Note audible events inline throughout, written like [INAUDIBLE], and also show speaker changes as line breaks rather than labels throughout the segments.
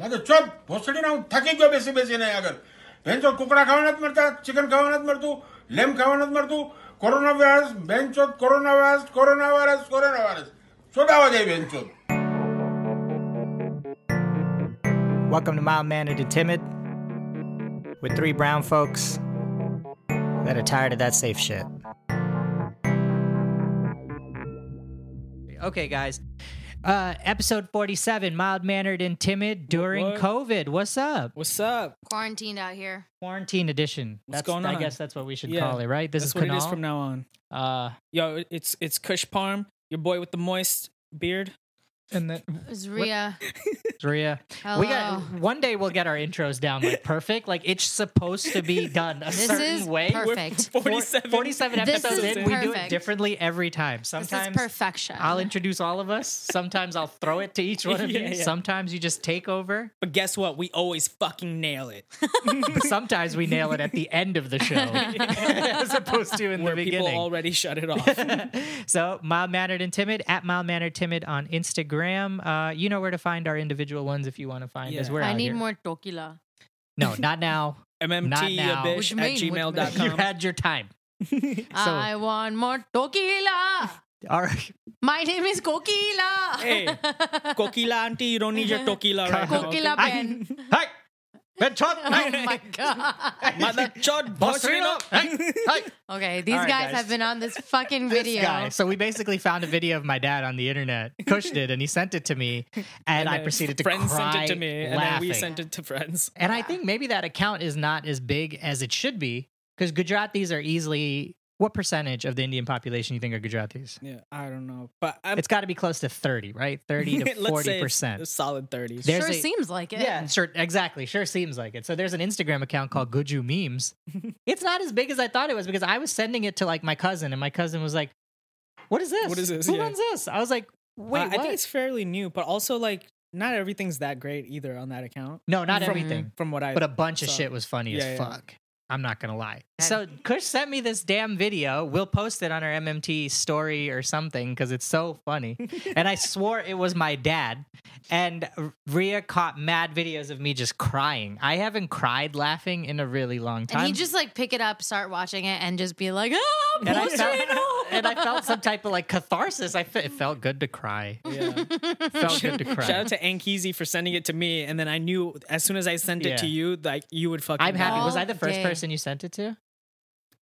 મેં તો ચપ ભોસડીને હું થાકી ગયો બેસી બેસીને આગળ બેન તો કુકડા ખાવા નથી મળતા ચિકન ખાવા નથી મળતું લેમ ખાવા નથી મળતું કોરોના વાયરસ બેન ચોથ corona virus corona virus corona virus ચોદાવા જાય બેન ચોથ
Welcome to Mild Mannered and Timid with three brown folks that are tired of that safe shit. Okay, guys. Uh, episode 47 Mild Mannered and Timid during
what?
COVID. What's up?
What's up?
quarantined out here.
Quarantine edition.
What's
that's,
going
I
on?
guess that's what we should
Yeah,
call it, right? This
That's
is
what it is
Kunal.
from now on.
uh,
Yo, it's it's Kush Parm, your boy with the moist
[LAUGHS]
beard.
and then
It's
[LAUGHS]
Rhea.
Rhea.
Hello.
We got
Oh.
one day we'll get our intros down
[LAUGHS]
like perfect. Like it's supposed to be done a
This
certain
is
way.
perfect.
We're
Four-
47.
47
This
episodes
is
in, we do it
perfect.
differently every time.
this
Sometimes
is perfection.
I'll introduce all of us. Sometimes I'll throw it to each one of
[LAUGHS] Yeah,
you.
yeah.
Sometimes you just take
[LAUGHS]
over.
But guess what? We always fucking nail it.
But sometimes we nail it at the end of the
[LAUGHS]
show as opposed to in
Where
the
people
[LAUGHS] beginning.
already shut it
[LAUGHS]
off.
so mild mannered and timid at mild mannered timid on Instagram. Uh, you know where to find our individual ones if you want to find us.
Yeah.
We're
I
out
need
here.
more tequila.
No, not
[LAUGHS]
now. Not
MMT
now.
a
What
bitch
you
at
mean? What you mean?
[LAUGHS] you
gmail.com.
had your
[LAUGHS]
time.
I want more
[LAUGHS]
tequila.
All right.
My name is Kokila.
Hey, Coquila auntie, you don't need your tequila right now.
Kokila
I-
Ben.
Hi. Ben Chot.
[LAUGHS] [LAUGHS]
[LAUGHS]
oh my god.
[LAUGHS] Mother chod, boss you
Bosrino.
know?
Hi. Hi.
[LAUGHS] Okay, these
All right,
guys,
guys.
have been on this fucking video.
guy. So we basically found a video of my dad on the internet. Kush did, and he sent it to me, and, I
then
proceeded to
Friends
cry
sent it to me, and then we
laughing.
sent it to friends. [LAUGHS]
And I think maybe that account is not as big as it should be because Gujaratis are easily what percentage of the Indian population you think are Gujaratis?
Yeah, I don't know. But I'm,
It's got to be close to thirty, right? Thirty to
[LAUGHS] let's say
forty
it's
percent.
a solid 30s.
There's
sure
a-
seems like
[LAUGHS]
it.
Yeah, sure. Exactly. Sure seems like it. So there's an Instagram account called Guju
[LAUGHS]
Memes. it's not as big as I thought it was because I was sending it to like my cousin, and my cousin was like, "What is this?
What is this?
Who
Yeah.
runs this?" I was like, "Wait,
Uh, I
what?"
think it's fairly new, but also like not everything's that great either on that account.
no, not
from,
everything,
From what I
but a bunch of
so-
shit was funny
Yeah,
as
yeah.
fuck. I'm not gonna lie.
Okay.
So Kush sent me this damn video. We'll post it on our MMT story or something because it's so
[LAUGHS]
funny. and I swore it was my dad. And Rhea caught mad videos of me just crying. I haven't cried laughing in a really long time.
And he just like pick it up, start watching it, and just be like, oh,
and I felt [LAUGHS] and I felt some type of like catharsis. I fe- it felt good to cry.
yeah.
[LAUGHS] It felt good to
[LAUGHS]
Shout
cry.
out to Ankeezy for sending it to me, and then I knew as soon as I sent it
Yeah.
to you, like you would fucking.
I'm happy. Was
All
I the first
day.
person you sent it to?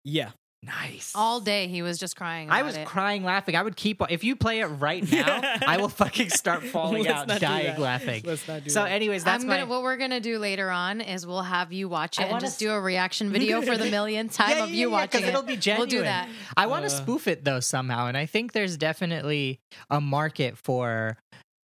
Yeah,
Nice.
[LAUGHS] all day he was just crying.
I
about
was
it.
crying laughing. I would keep if you play it
[LAUGHS]
right now, I will fucking start [LAUGHS] falling
Let's
out,
not do
dying
that.
laughing.
Let's not do
so,
that.
anyways, that's
I'm gonna,
my
what we're gonna do later on is we'll have you watch
I
it and
wanna
just do a
[LAUGHS]
reaction video for the millionth time of you watching
'cause
it.
It'll be genuine.
We'll do that.
I want to
Uh,
spoof it though somehow, and I think there's definitely a market for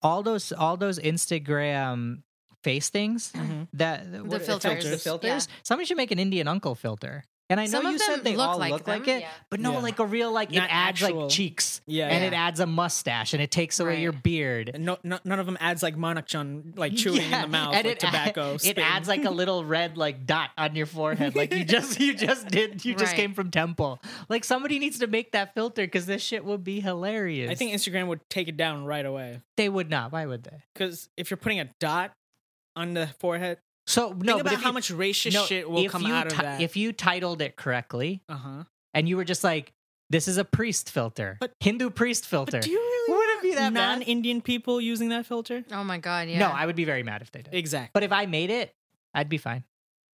all those all those Instagram face things
Mhm.
that the
Mm-hmm. filters.
The
Filters.
filters. Somebody should make an Indian uncle filter. And I know
Some of
you said
them
they
look
all
like
look like
them,
it,
yeah.
but no,
Yeah.
like a real like it
Not
adds
actual.
like cheeks.
yeah,
And
yeah.
it adds a mustache and it takes away
Right.
your beard.
And no, no, none of them adds like Monokchon like chewing in
Yeah,
the mouth
and
like
it add- [LAUGHS]
tobacco.
It
spitting.
adds
[LAUGHS]
like a little red like dot on your forehead, like you just you just did. You just
Right.
came from temple. Like somebody needs to make that filter because this shit would be hilarious.
I think Instagram would take it down right away
they would not. Why would they?
because if you're putting a dot on the forehead,
So no,
think
but
about
if
how
you-
much racist
no,
shit will
if
come
you
out of
ti-
that.
If you titled it correctly
uh huh.
and you were just like, "This is a priest filter,
But-
Hindu priest filter."
But do you really
Would it be that bad?
non-Indian people using that filter?
Oh my god, yeah.
No, I would be very mad if they did.
Exactly.
but if I made it, I'd be fine.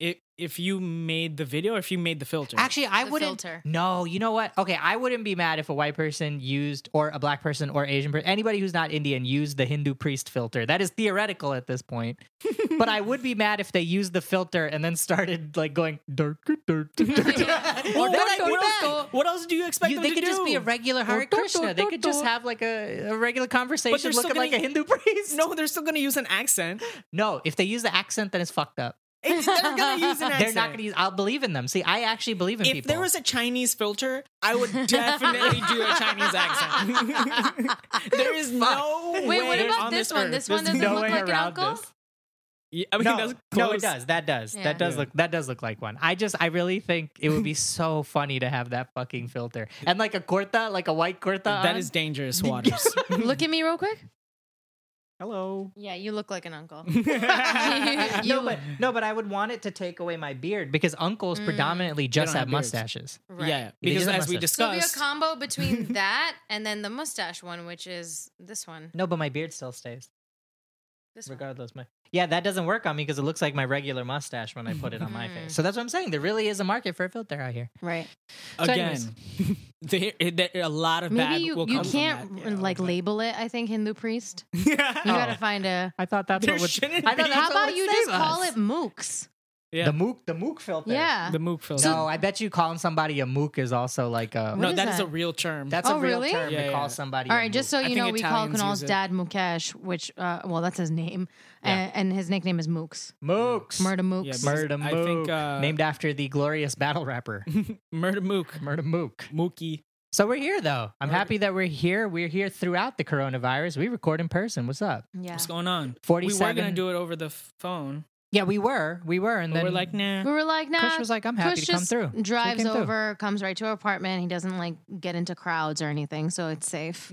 if if you made the video or if you made the filter.
Actually, I
The
wouldn't.
filter.
No, you know what? Okay, I wouldn't be mad if a white person used, or a black person, or Asian person, anybody who's not Indian used the Hindu priest filter. That is theoretical at this point.
[LAUGHS]
but I would be mad if they used the filter and then started like going dirt, dirt, dirt,
[LAUGHS]
dirt. [LAUGHS]
Well,
Then
what,
I'd be
what
mad.
else, what else do you expect
You-
them
they
to
could
do? Oh,
just be a regular Hare
dirt,
Krishna.
dirt,
They
dirt,
could just
dirt.
have like a, a regular conversation
still
looking
gonna-
like a Hindu priest.
no, they're still going to use an
[LAUGHS]
accent.
no, if they use the accent, then it's fucked up.
It's- they're going to use an accent.
They're not going to use. I'll believe in them. See, I actually believe in
If
people.
there was a Chinese filter, I
[LAUGHS]
would definitely do a Chinese accent. there is no
Wait,
way
what about
on
this one?
earth.
This one
There's
doesn't
no
look
way
like an
around
uncle.
this.
Yeah, I mean,
no,
that's
[LAUGHS] no, it
close.
does. That does.
Yeah.
That does
Yeah.
look. That does look like one. I just, I really think it [LAUGHS] would be so funny to have that fucking filter and [LAUGHS] like a kurta, like a white kurta.
That
on. [LAUGHS]
is dangerous waters. [LAUGHS]
look at me real quick.
Hello.
Yeah, you look like
[LAUGHS]
an uncle. You- you
no,
look-
but no, but I would want it to take away my beard because uncles
Mm.
predominantly just
don't
have,
have beards.
mustaches.
right.
Yeah,
They
because
just have
as we
mustaches.
So it'd be a
discussed,
combo
[LAUGHS]
between that and then the mustache one, which is this one.
No, but my beard still stays
This one.
regardless. My yeah, that doesn't work on me because it looks like my regular mustache when I put it on my
Mm.
face. So that's what I'm saying. There really is a market for a filter out here.
Right.
So
again,
anyways.
[LAUGHS] there, there a lot of
Maybe
bad
you,
will
you
come from
can't
that, you know,
like
but-
label it, I think, Hindu priest.
[LAUGHS]
You
yeah.
gotta find a.
Oh. I thought that's
There
what would.
shouldn't
I thought
be.
that's
How
what
about
would
you
save
just call
us.
it mooks?
Yeah.
the mook the mook filter?
Yeah.
the mook filter.
no, I bet you calling somebody a mook is also like a.
What
no,
is
that is
that?
a real term.
That's
Oh,
a real
really?
term
Yeah,
to
yeah, yeah.
call somebody.
All
a
right, just
mook.
so
I
you
think
know, we call
Italians
Kunal's
use it.
dad Mukesh, which, uh, well, that's his name, a-
Yeah.
and, his nickname is Mooks,
mooks.
Murda Mooks.
Yeah, Mur-
Murda
I think,
Mook,
uh,
named after the glorious battle
[LAUGHS]
rapper
murder mook.
Murda Mook.
Mookie.
So we're here though. I'm happy that we're here. We're here throughout the coronavirus. We record in person. What's up?
yeah,
What's going on? We were
47.
gonna do it over the phone,
Yeah, we were. We were, and
but
then
we're like, nah. [LAUGHS]
[LAUGHS] we were like, nah.
Kush was like, "I'm happy
Kush
to come
just
through." So he
Drives
came through.
over, comes right to our apartment. He doesn't like get into crowds or anything, so it's
[LAUGHS]
safe,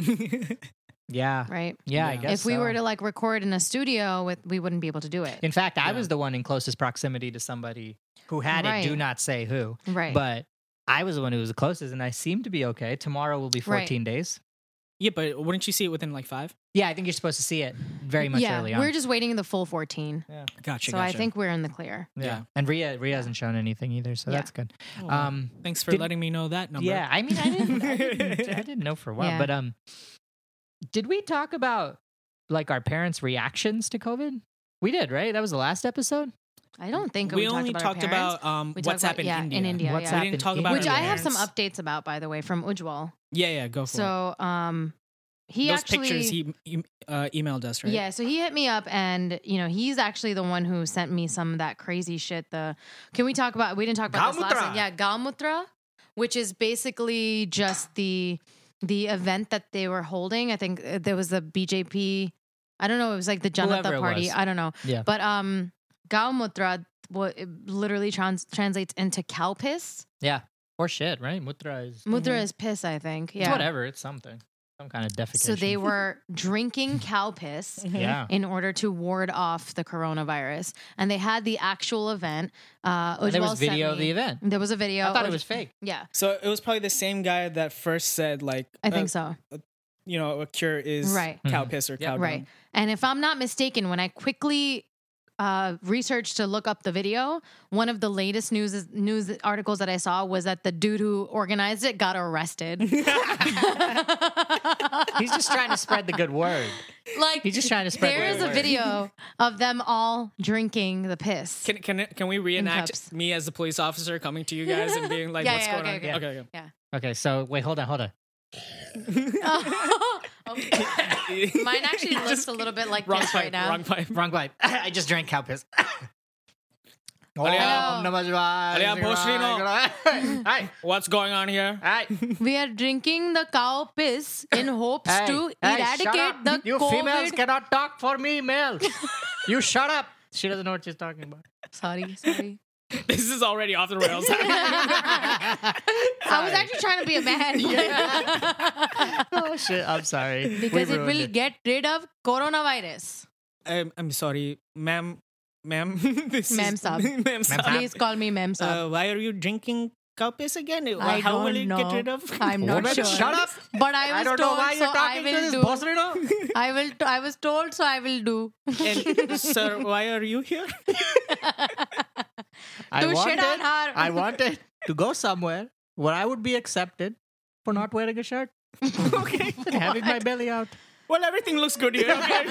Yeah,
right?
yeah. I
Yeah.
guess
if we
so.
were to like record in a studio with, we wouldn't be able to do it,
in fact, I
Yeah.
was the one in closest proximity to somebody who had
Right.
it. Do not say who,
right?
but I was the one who was the closest, and I seem to be okay. Tomorrow will be
Right.
14 days.
yeah, but wouldn't you see it within like five?
Yeah, I think you're supposed to see it very much
yeah,
early on.
we're just waiting the full fourteen,
Gotcha.
so I think we're in the clear.
yeah.
yeah.
and Ria Ria hasn't shown anything either, so
Yeah.
that's good.
Oh, wow.
Um,
thanks for
did-
letting me know that number.
Yeah, I mean, I didn't, I didn't,
[LAUGHS]
I didn't know for a while,
Yeah.
but um, did we talk about like our parents' reactions to COVID? We did, right? That was the last episode.
I don't think
we, only talked
our parents,
about, um,
We talked
what's
about-
happened
yeah,
in India.
in India,
What's
yeah.
happened
didn't talk
in
about
which
India?
I have some
parents.
updates about, by the way, from Ujwal.
Yeah, yeah, go for it.
So, um, he
Those
actually
pictures he em- uh, emailed us, right?
Yeah, so he hit me up and you know, he's actually the one who sent me some of that crazy shit. The can we talk about we didn't talk about this last
Galmudra.
time. Yeah, Galmutra, which is basically just the the event that they were holding. I think uh, there was the BJP I don't know, it was like the
Whoever
Janata
it
party.
was.
I don't know.
Yeah.
But um Galmutra what it literally trans- translates into cow piss.
or shit, right? Mutra is
Mutra
Mm-hmm.
is piss, I think.
it's
Mm, Yeah.
whatever. It's something, some kind of defecation.
So they were drinking
[LAUGHS]
cow piss [LAUGHS]
yeah.
in order to ward off the coronavirus. And they had the actual event. Uh,
And there
Ujjwal
was
sent
video of
me-
the event.
There was a video.
I thought it
Uj-
was fake.
Yeah,
So it was probably the same guy that first said like
I think so.
you know, a cure is
Right.
cow piss or cow dung.
Right. And if I'm not mistaken, when I quickly uh, researched to look up the video, one of the latest news news articles that I saw was that the dude who organized it
[LAUGHS]
got arrested.
[LAUGHS] He's just trying to spread the good word.
like
He's just trying to spread.
there
the
is
good
a
word.
video of them all drinking the piss.
Can can it- can we
cups.
reenact me as the police officer coming to you guys and being like,
[LAUGHS] Yeah,
what's
yeah,
going
okay,
on?
okay.
okay.
Okay, so wait, hold on, hold on.
[LAUGHS]
okay.
[LAUGHS]
Mine actually
You
looks
just-
a little bit like
wrong
this
pipe,
right now.
Wrong pipe. [LAUGHS]
Wrong bite. [LAUGHS] I just drank cow piss. [LAUGHS] Oh,
Alia-
Alia
Boslino.
Hi,
What's going on
[LAUGHS]
here? [LAUGHS]
hi.
We are drinking the cow piss
[COUGHS]
in hopes
Hey,
to
hey, shut
eradicate
up.
the
You
COVID.
females cannot talk for me,
[LAUGHS]
males. you shut up. She doesn't know what she's talking about. [LAUGHS]
sorry, sorry.
This is already off the rails. [LAUGHS]
I was actually trying to be
[LAUGHS]
a man
Oh shit! I'm sorry. We
[LAUGHS] because it
ruined
will get rid of coronavirus.
I'm, I'm sorry, ma'am. Ma'am, [LAUGHS] this
Ma'am
is,
Saab.
[LAUGHS] ma'am Saab.
Please call me Mem Saab.
Uh, why are you drinking cow piss again?
I
How
don't
will it
know.
get rid of?
[LAUGHS] I'm not
Woman,
sure.
shut up.
But I was
I don't
told,
know why
so
you're
I
talking to
will
this
do. [LAUGHS]
Bosrino.
I will. T- I was told, so I will
[LAUGHS]
do.
[LAUGHS]
[LAUGHS]
and sir, why are you here? [LAUGHS]
I
Do shit
wanted,
on her.
I wanted to go somewhere where I would be accepted for not wearing a [LAUGHS] shirt [LAUGHS]
okay.
and having my belly out.
Well, everything looks good here.
[LAUGHS]
Okay.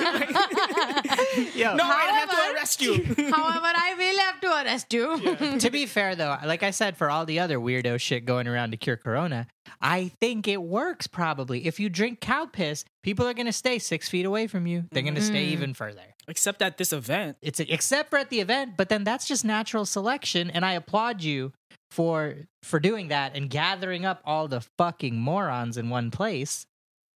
Yeah.
no, I have to
However-
[LAUGHS]
arrest you.
However, I will have to arrest you. [LAUGHS]
to be fair though, like I said, for all the other weirdo shit going around to cure corona, I think it works probably. If you drink cow piss, people are gonna stay six feet away from you. They're gonna stay even further.
Except at this event.
It's except for at the event, but then that's just natural selection, and I applaud you for for doing that and gathering up all the fucking morons in one place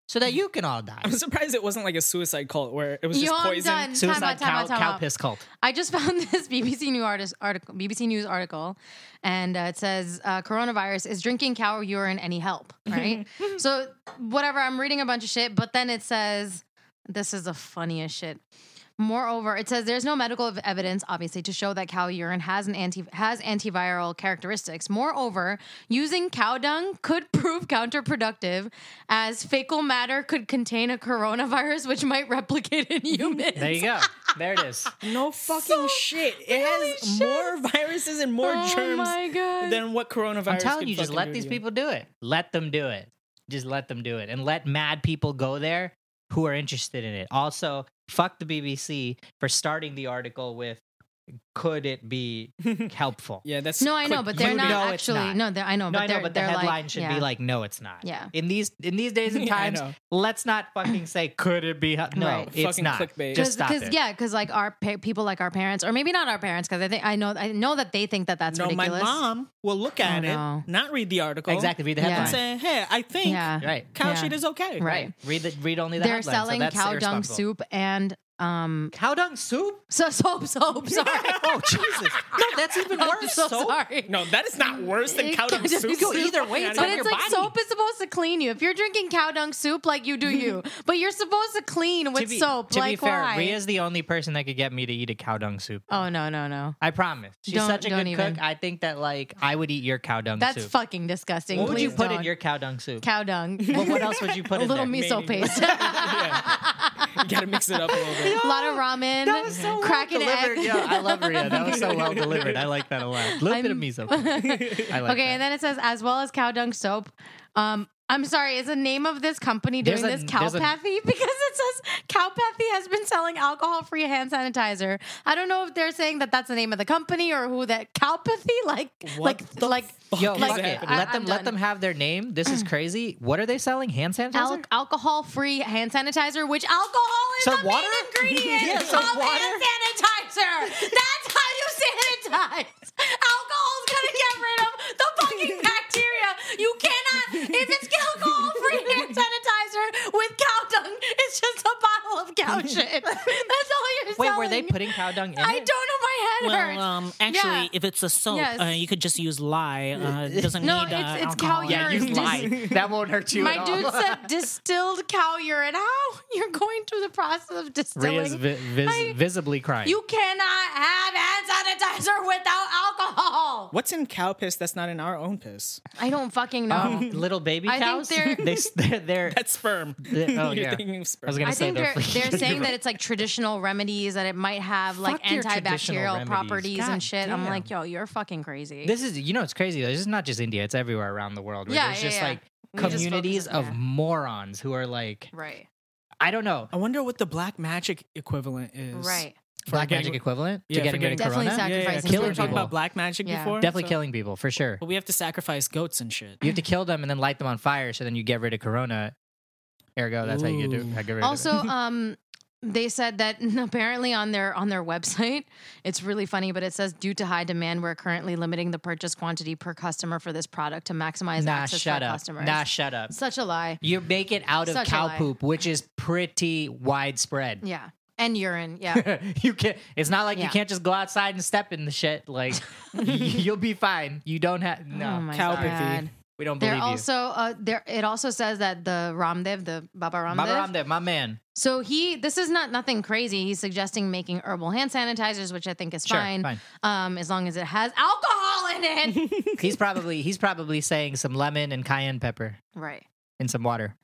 so that you can all die.
I'm surprised it wasn't like a suicide cult where it was
Yo,
just
I'm
poison.
done.
Suicide
time out, time
cow,
out, time
cow
out.
piss
[LAUGHS]
cult.
I just found this BBC News artist article, BBC News article, and uh, it says uh, coronavirus is drinking cow urine any help, right? so whatever, I'm reading a bunch of shit, but then it says This is the funniest shit. Moreover, it says there's no medical ev- evidence, obviously, to show that cow urine has an anti has antiviral characteristics. Moreover, using cow dung could [LAUGHS] prove counterproductive, as fecal matter could contain a coronavirus which might replicate in humans.
There you go. There it is.
[LAUGHS]
No fucking shit. It has more [LAUGHS] viruses and more
Oh
germs
my God.
than what coronavirus.
I'm telling
could
you, just
fucking
let
do
these
to you.
people do it. Let them do it. Just let them do it. And let mad people go there who are interested in it. Also, fuck the BBC for starting the article with could it
[LAUGHS]
be helpful?
Yeah, that's
No, I know,
quick-
but they're
You
not
know it's
actually.
not.
No, they're, I know,
No,
but
I
they're,
know, but the
they're
headline
like,
should
yeah.
be like, "No, it's not."
Yeah.
In these in these
[LAUGHS]
days and
Yeah, I
times,
know.
let's not fucking say, "Could it be?" hel-" No,
Right.
it's
Fucking
not.
clickbait.
Just stop it.
yeah, because like our pa- people, like our parents, or maybe not our parents, because I think I know, I know that they think that that's
no,
ridiculous. Oh,
my mom will look at it,
no.
not read the article,
Exactly. Read the
Yeah.
headline.
and say, "Hey, I think
Yeah.
Right.
cow
Yeah.
shit is okay."
Right.
Read the read only the
They're
headline. So
selling
that's
cow dung
irresponsible.
soup and um [LAUGHS]
Cow dung soup?
so soap
[LAUGHS]
soap. Sorry. [LAUGHS]
Oh Jesus! No, that's even
I'm
worse.
so
Soap?
sorry.
No, that is not worse than
It
cow dung
could just
soup.
be [LAUGHS] soup.
Either way, it's
But
on
it's
your
like
body.
soap is supposed to clean you. If you're drinking cow dung soup, like you do you, but you're supposed to clean with
Hmm. to be,
soap.
to be
like
fair,
why?
Ria's the only person that could get me to eat a cow dung soup.
oh no no no.
I promise. She's
Don't-
such a
don't
good
even.
cook. I think that like I would eat your cow dung
That's
soup.
fucking disgusting.
What would you
Please
put in
don't.
your cow dung soup?
cow dung?
[LAUGHS] Well,
[LAUGHS]
what else would you put
a
in
little
there?
miso
Maybe.
[LAUGHS]
[LAUGHS]
paste. [LAUGHS]
You gotta mix it up a little bit.
a lot of ramen.
That was so
cracking
well delivered.
egg.
Yo, I love Ria. That was so well delivered. I like that a lot. A little bit of
I'm-
miso.
[LAUGHS]
paste. I like
okay,
that.
and then it says as well as cow dung soap. Um, I'm sorry, is the name of this company doing
There's a-
this
there's a-
cowpathy? [LAUGHS] because it says cowpathy has been selling alcohol-free hand sanitizer. I don't know if they're saying that that's the name of the company or who that cowpathy like like
the
like
fuck
Yo,
is
fuck
happening?
it.
I-
Let
I'm
them let
done.
them have their name. This
[SIGHS]
is crazy. What are they selling? Hand sanitizer.
al- alcohol-free hand sanitizer, which alcohol is
So
the
water? [LAUGHS]
main ingredient
Yeah, so
of
water?
hand sanitizer. That's how you sanitize. Alcohol's gonna get rid of the fucking
[LAUGHS]
bacteria. You cannot if it's alcohol-free hand sanitizer with cow dung. It's just a bottle of cow
[LAUGHS]
shit. That's all you're
Wait,
selling.
were they putting cow dung in
I
it?
don't know. My head hurts. [LAUGHS]
Well, um, actually,
Yeah.
if it's a soap,
Yes.
uh, you could just use lye. Uh, it doesn't
No,
need uh,
it's- it's cow
alcohol.
urine.
Yeah, you
Just- [LAUGHS]
lie. That won't hurt [LAUGHS] you
My
at
dude
all.
said distilled cow urine. How you're going through the process of distilling?
Ria's vi- vis-
I-
visibly crying.
You cannot have hand sanitizer without alcohol.
What's in cow piss that's not in our own piss? [LAUGHS]
I don't fucking know.
Um,
[LAUGHS]
little baby
I think
cows.
they're-
[LAUGHS] they s- they're, they're,
That's sperm.
they- oh
[LAUGHS] You're
yeah.
thinking of
I was
sperm.
gonna
I
say
think they're,
they're [LAUGHS]
they're saying that it's like traditional remedies that it might have like
Fuck your traditional
antibacterial
remedies.
properties
God
and shit. I'm
damn.
like, yo, you're fucking
[LAUGHS]
crazy.
This is you know it's crazy though. This is not just India. It's everywhere around the world. Where
Yeah,
there's
yeah,
just
yeah.
like
We just focus
communities
on-
of
yeah.
morons who are like
right,
I don't know
I wonder what the black magic equivalent is.
right.
for
black
getting-
magic equivalent
Yeah,
to getting rid
forgetting
of
Definitely
corona.
sac-
Yeah, yeah,
Sacrificing
'cause we
Killing
were talking
people.
about black magic
Yeah.
before.
Definitely
so-
killing people for sure.
But we have to sacrifice goats and shit.
You have to kill them and then light them on fire so then you get rid of corona. Ergo, that's how you get,
Ooh.
do, how you get rid
[LAUGHS] Also,
of
um, they said that [LAUGHS] apparently on their on their website, it's really funny, but it says due to high demand, we're currently limiting the purchase quantity per customer for this product to maximize
it. Nah,
access
shut
for
up.
customers.
Nah, shut up.
Such a lie.
You make it out of
Such a
cow
lie.
poop, which is pretty widespread.
Yeah, and urine.
[LAUGHS]
Yeah.
you can't. It's not like
Yeah.
you can't just go outside and step in the shit.
[LAUGHS]
Like y- you'll be fine. You don't have no.
Oh my
Cowpathy.
god.
we don't
They're
believe
also uh, there. It also says that the Ramdev, the Baba
you.
Ramdev,
Baba Ramdev, my man.
So he, this is not nothing crazy. He's suggesting making herbal hand sanitizers, which I think is
Sure,
fine,
fine.
Um, as long as it has alcohol in
[LAUGHS]
it.
He's probably he's probably saying some lemon and cayenne pepper
right.
and some water.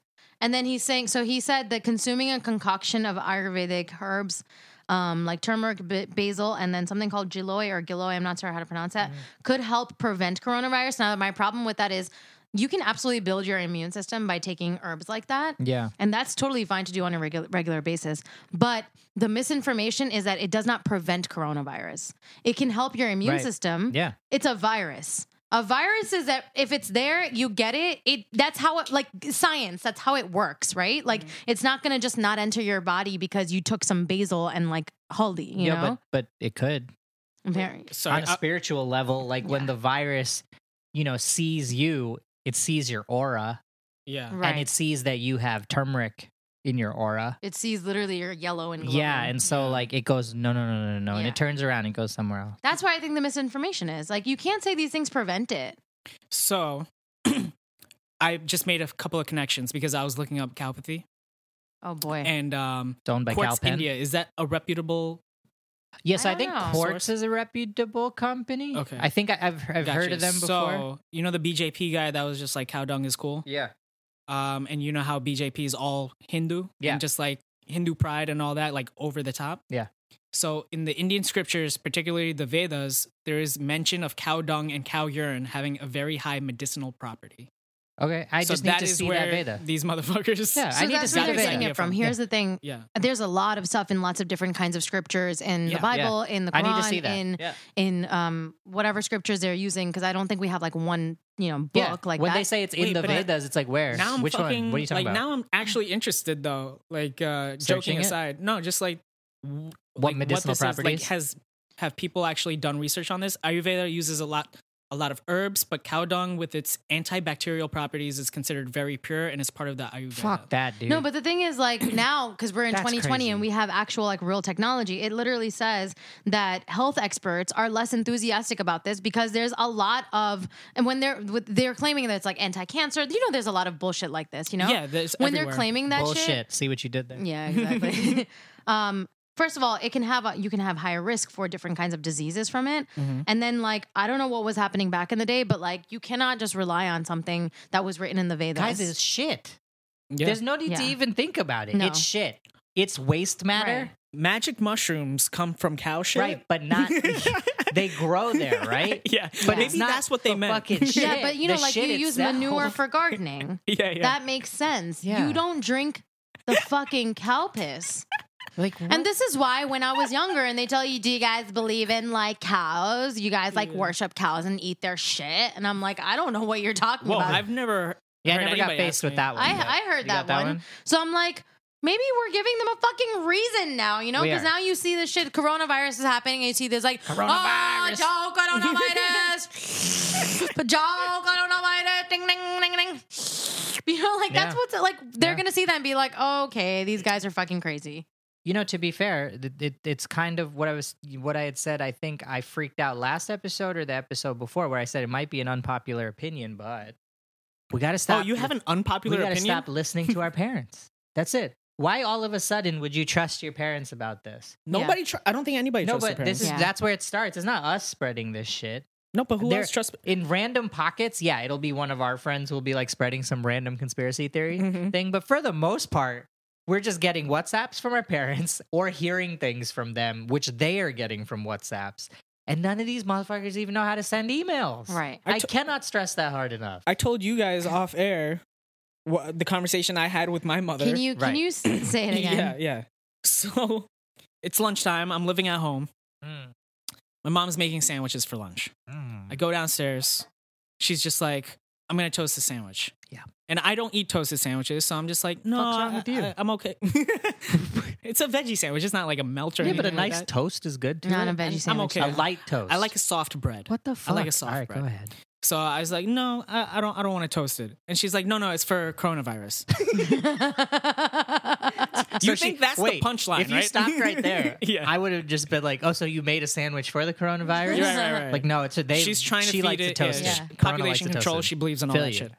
And then he's saying, so he said that consuming a concoction of Ayurvedic herbs, um, like turmeric, b- basil, and then something called giloy or giloy, I'm not sure how to pronounce that,
Mm-hmm.
could help prevent coronavirus. Now, my problem with that is you can absolutely build your immune system by taking herbs like that.
Yeah.
And that's totally fine to do on a regular regular basis. But the misinformation is that it does not prevent coronavirus. It can help your immune
Right.
system.
Yeah.
It's a virus. A virus is that if it's there, you get it. It that's how it like science, that's how it works, right? Like
Mm-hmm.
it's not going to just not enter your body because you took some basil and like haldi, you
yeah,
know?
but but it could
Apparently.
Sorry,
on a
I-
spiritual level, like when
Yeah.
the virus, you know, sees you, it sees your aura
yeah.
right.
uh, and it sees that you have turmeric in your aura.
it sees literally your yellow
Mm-hmm.
and glowing.
Yeah, and so like it goes no no no no no, and
Yeah.
it turns around and goes somewhere else.
that's why I think the misinformation is like you can't say these things prevent it.
[CLEARS THROAT] So I just made a couple of connections because I was looking up cowpathy.
Oh boy.
and um,
Owned by
Quartz
Calpen.
India. Is that a reputable?
Yes,
I
I,
don't
think
know.
Quartz
Source?
is a reputable company.
Okay.
I think I, I've I've heard
Gotcha.
of them before.
So you know the BJP guy that was just like cow dung is cool.
yeah.
Um, and you know how BJP is all Hindu.
Yeah.
And just like Hindu pride and all that, like over the top.
Yeah.
So in the Indian scriptures, particularly the Vedas, there is mention of cow dung and cow urine having a very high medicinal property.
Okay. I
so
just need
that
to
is
see
where
that Veda.
these motherfuckers. [LAUGHS]
Yeah,
so
I need to
that's
see
where
the
that
they're
is
getting
Veda.
idea
it from.
from-
Here's the thing.
Yeah.
There's a lot of stuff in lots of different kinds of scriptures in
Yeah.
the Bible, in the
I
Quran,
need to see that.
in
yeah.
in um whatever scriptures they're using, because I don't think we have like one you know book
Yeah.
like
when
that.
they say it's
Wait,
in the
but I-
Vedas, it's like where?
Now I'm
Which
fucking
one? What are you talking
like
about?
now I'm actually interested though. Like uh
Searching
joking
it?
aside. No, just like w-
What
like,
medicinal
this is, like
properties?
has have people actually done research on this? Ayurveda uses a lot a lot of herbs, but cow dung with its antibacterial properties is considered very pure and is part of the Ayurveda.
Fuck that, dude.
No, but the thing
[CLEARS THROAT]
is, like now, because we're in
That's
2020 and
crazy.
we have actual like real technology, it literally says that health experts are less enthusiastic about this because there's a lot of, and when they're with, they're claiming that it's like anti-cancer, you know, there's a lot of bullshit like this, you know.
Yeah, there's
when they're
everywhere.
claiming that
bullshit.
shit.
See what you did there. [LAUGHS]
Yeah, exactly. [LAUGHS] um, first of all, it can have a, you can have higher risk for different kinds of diseases from it,
Mm-hmm.
and then like I don't know what was happening back in the day, but like you cannot just rely on something that was written in the Vedas.
Guys, it's shit.
Yeah.
There's no need to
Yeah.
even think about it.
No.
It's shit. It's waste matter.
magic mushrooms come from cow shit.
Right, but not they grow there, right?
[LAUGHS] Yeah.
But
But
it's
maybe
not
that's what they
the
meant. [LAUGHS]
fucking shit.
[LAUGHS] yeah, but you
The
know, like you
shit
use
itself.
manure for gardening.
yeah, yeah.
That makes sense.
Yeah.
You don't drink the fucking cow piss.
like what?
And this is why when I was younger and they tell you, do you guys believe in like cows? You guys like worship cows and eat their shit. And I'm like, I don't know what you're talking
Well,
about.
I've never
[LAUGHS]
oh,
yeah, I
heard
never got
anybody
faced
ask
with
me.
that one.
I,
yet.
I heard
You
that,
got
one. So I'm like, maybe we're giving them a fucking reason now, you know?
We
Because
are.
now you see this shit, coronavirus is happening, and you see this like,
Coronavirus.
oh, Joe, coronavirus. Joe, coronavirus. Ding, ding, ding, ding. You know, like
Yeah.
that's what's like, they're
Yeah.
going to see that and be like, okay, these guys are fucking crazy.
You know, to be fair, th- it, it's kind of what I was, what I had said. I think I freaked out last episode or the episode before, where I said it might be an unpopular opinion, but we got to
Oh,
stop.
you have an
we
unpopular
gotta
opinion?
stop listening to our parents. That's it. Why all of a sudden would you trust your parents about this?
Nobody. Tr- I don't think anybody
No,
trusts their
but this
parents.
is
Yeah.
that's where it starts. It's not us spreading this shit.
no, but who
There-
else trusts?
in random pockets, yeah, it'll be one of our friends who'll be like spreading some random conspiracy theory
Mhm.
thing. But for the most part, we're just getting WhatsApps from our parents [LAUGHS] or hearing things from them, which they are getting from WhatsApps. And none of these motherfuckers even know how to send emails.
Right.
I
I t-
cannot stress that hard enough.
I told you guys off air what, the conversation I had with my mother.
Can
[LAUGHS]
you, can
Right.
you s- say it again?
Yeah, yeah. So it's lunchtime. I'm living at home.
Mm,
My mom's making sandwiches for lunch.
mm.
I go downstairs. She's just like, I'm gonna toast a sandwich.
Yeah.
And I don't eat toasted sandwiches, so I'm just like, no,
Fuck's wrong
I,
with you?
am okay. [LAUGHS] it's a veggie sandwich. It's not like a melt or
Yeah,
anything.
but a
like
nice
that.
toast is good too.
Not a veggie sandwich.
I'm okay.
A light toast.
I like a soft bread.
What the fuck?
like a soft
All right,
bread.
go ahead.
So I was like, no, I, I don't, I don't want to toast it. And she's like, no, no, it's for coronavirus.
[LAUGHS]
So
you think that's
wait,
the punchline?
If you
right?
stopped right there,
[LAUGHS] yeah.
I would have just been like, "Oh, so you made a sandwich for the coronavirus?"
You're right, right, right.
Like, no, it's a they.
she's trying to
she
feed
likes
it
to toast.
yeah.
it. Corona
Yeah.
likes
population
to
control.
toast
She
it.
believes in all
Feel
that
you.
shit.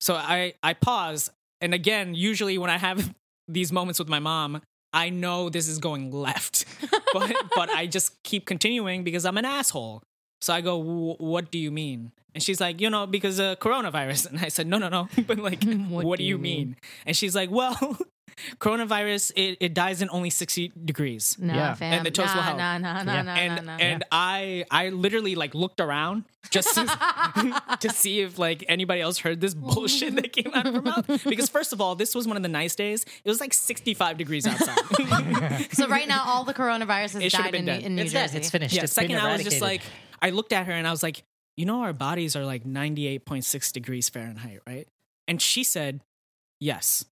So I I pause, and again, usually when I have these moments with my mom, I know this is going left, but but I just keep continuing because I'm an asshole. So I go, "Wh- what do you mean? And she's like, you know, because of coronavirus. [LAUGHS] And I said, no, no, no. But like, what, do you mean? And she's like, well, [LAUGHS] coronavirus, it, it dies in only 60 degrees.
Nah,
Yeah.
fam.
And the toast
nah,
will help.
Nah, nah, nah,
Yeah.
nah,
and
nah, nah.
and I I literally like looked around just to, [LAUGHS] to see if like anybody else heard this bullshit that came out of her mouth. Because first of all, this was one of the nice days. It was like 65 degrees outside. [LAUGHS]
so right now, all the coronavirus has
It should've
died
been
in, New-
dead.
in New
It's
Jersey.
dead. It's finished.
yeah.
It's
Second,
been
I was just like,
eradicated.
I looked at her and I was like, you know, our bodies are like 98.6 degrees Fahrenheit, right? And she said, yes.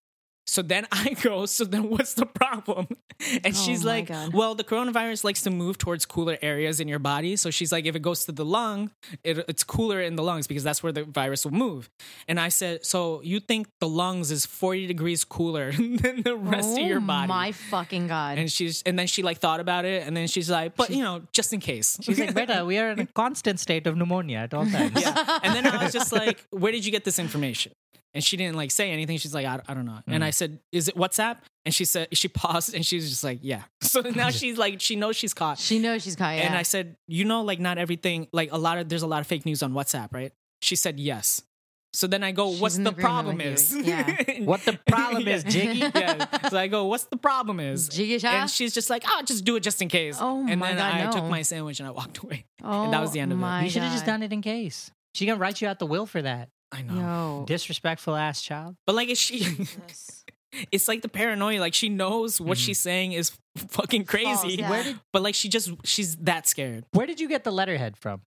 So then [LAUGHS] I go, so then what's the problem? [LAUGHS] And
Oh
she's
my
like,
God.
well, the coronavirus likes to move towards cooler areas in your body. So she's like, if it goes to the lung, it, it's cooler in the lungs because that's where the virus will move. And I said, so you think the lungs is 40 degrees cooler [LAUGHS] than the rest
oh
of your body?
my fucking god!
and she's and then she like thought about it and then she's like but you know just in case
She's
[LAUGHS]
like, "Beta, we are in a constant state of pneumonia at all times."
yeah. and then i was just like where did you get this information And she didn't like say anything. She's like, I, I don't know. And I said, Is it WhatsApp? And she said, She paused and she was just like, Yeah. [LAUGHS] So now she's like, She knows she's caught.
She knows she's caught. Yeah.
And I said, you know, like not everything, like a lot of there's a lot of fake news on WhatsApp, right? She said yes. So then I go,
She's
what's
in
the
agreement
problem
with
is?
you. Yeah.
[LAUGHS]
What the problem is,
Yeah.
Jiggy?
[LAUGHS] yeah. So I go, what's the problem is?
Jiggy shot?
and she's just like, oh, just do it just in case.
Oh
and
my
then
God,
I
no.
took my sandwich and I walked [LAUGHS] away. and
oh,
that was the end of it.
my
You should have just
God.
done it in case. She gonna write you out the will for that.
I know.
Yo.
Disrespectful ass child.
But like, is she?
Yes.
[LAUGHS] It's like the paranoia. Like she knows what she's saying is [LAUGHS] fucking crazy.
False, yeah.
Mm-hmm. Where did-
But like, she just she's that scared. [LAUGHS]
Where did you get the letterhead from?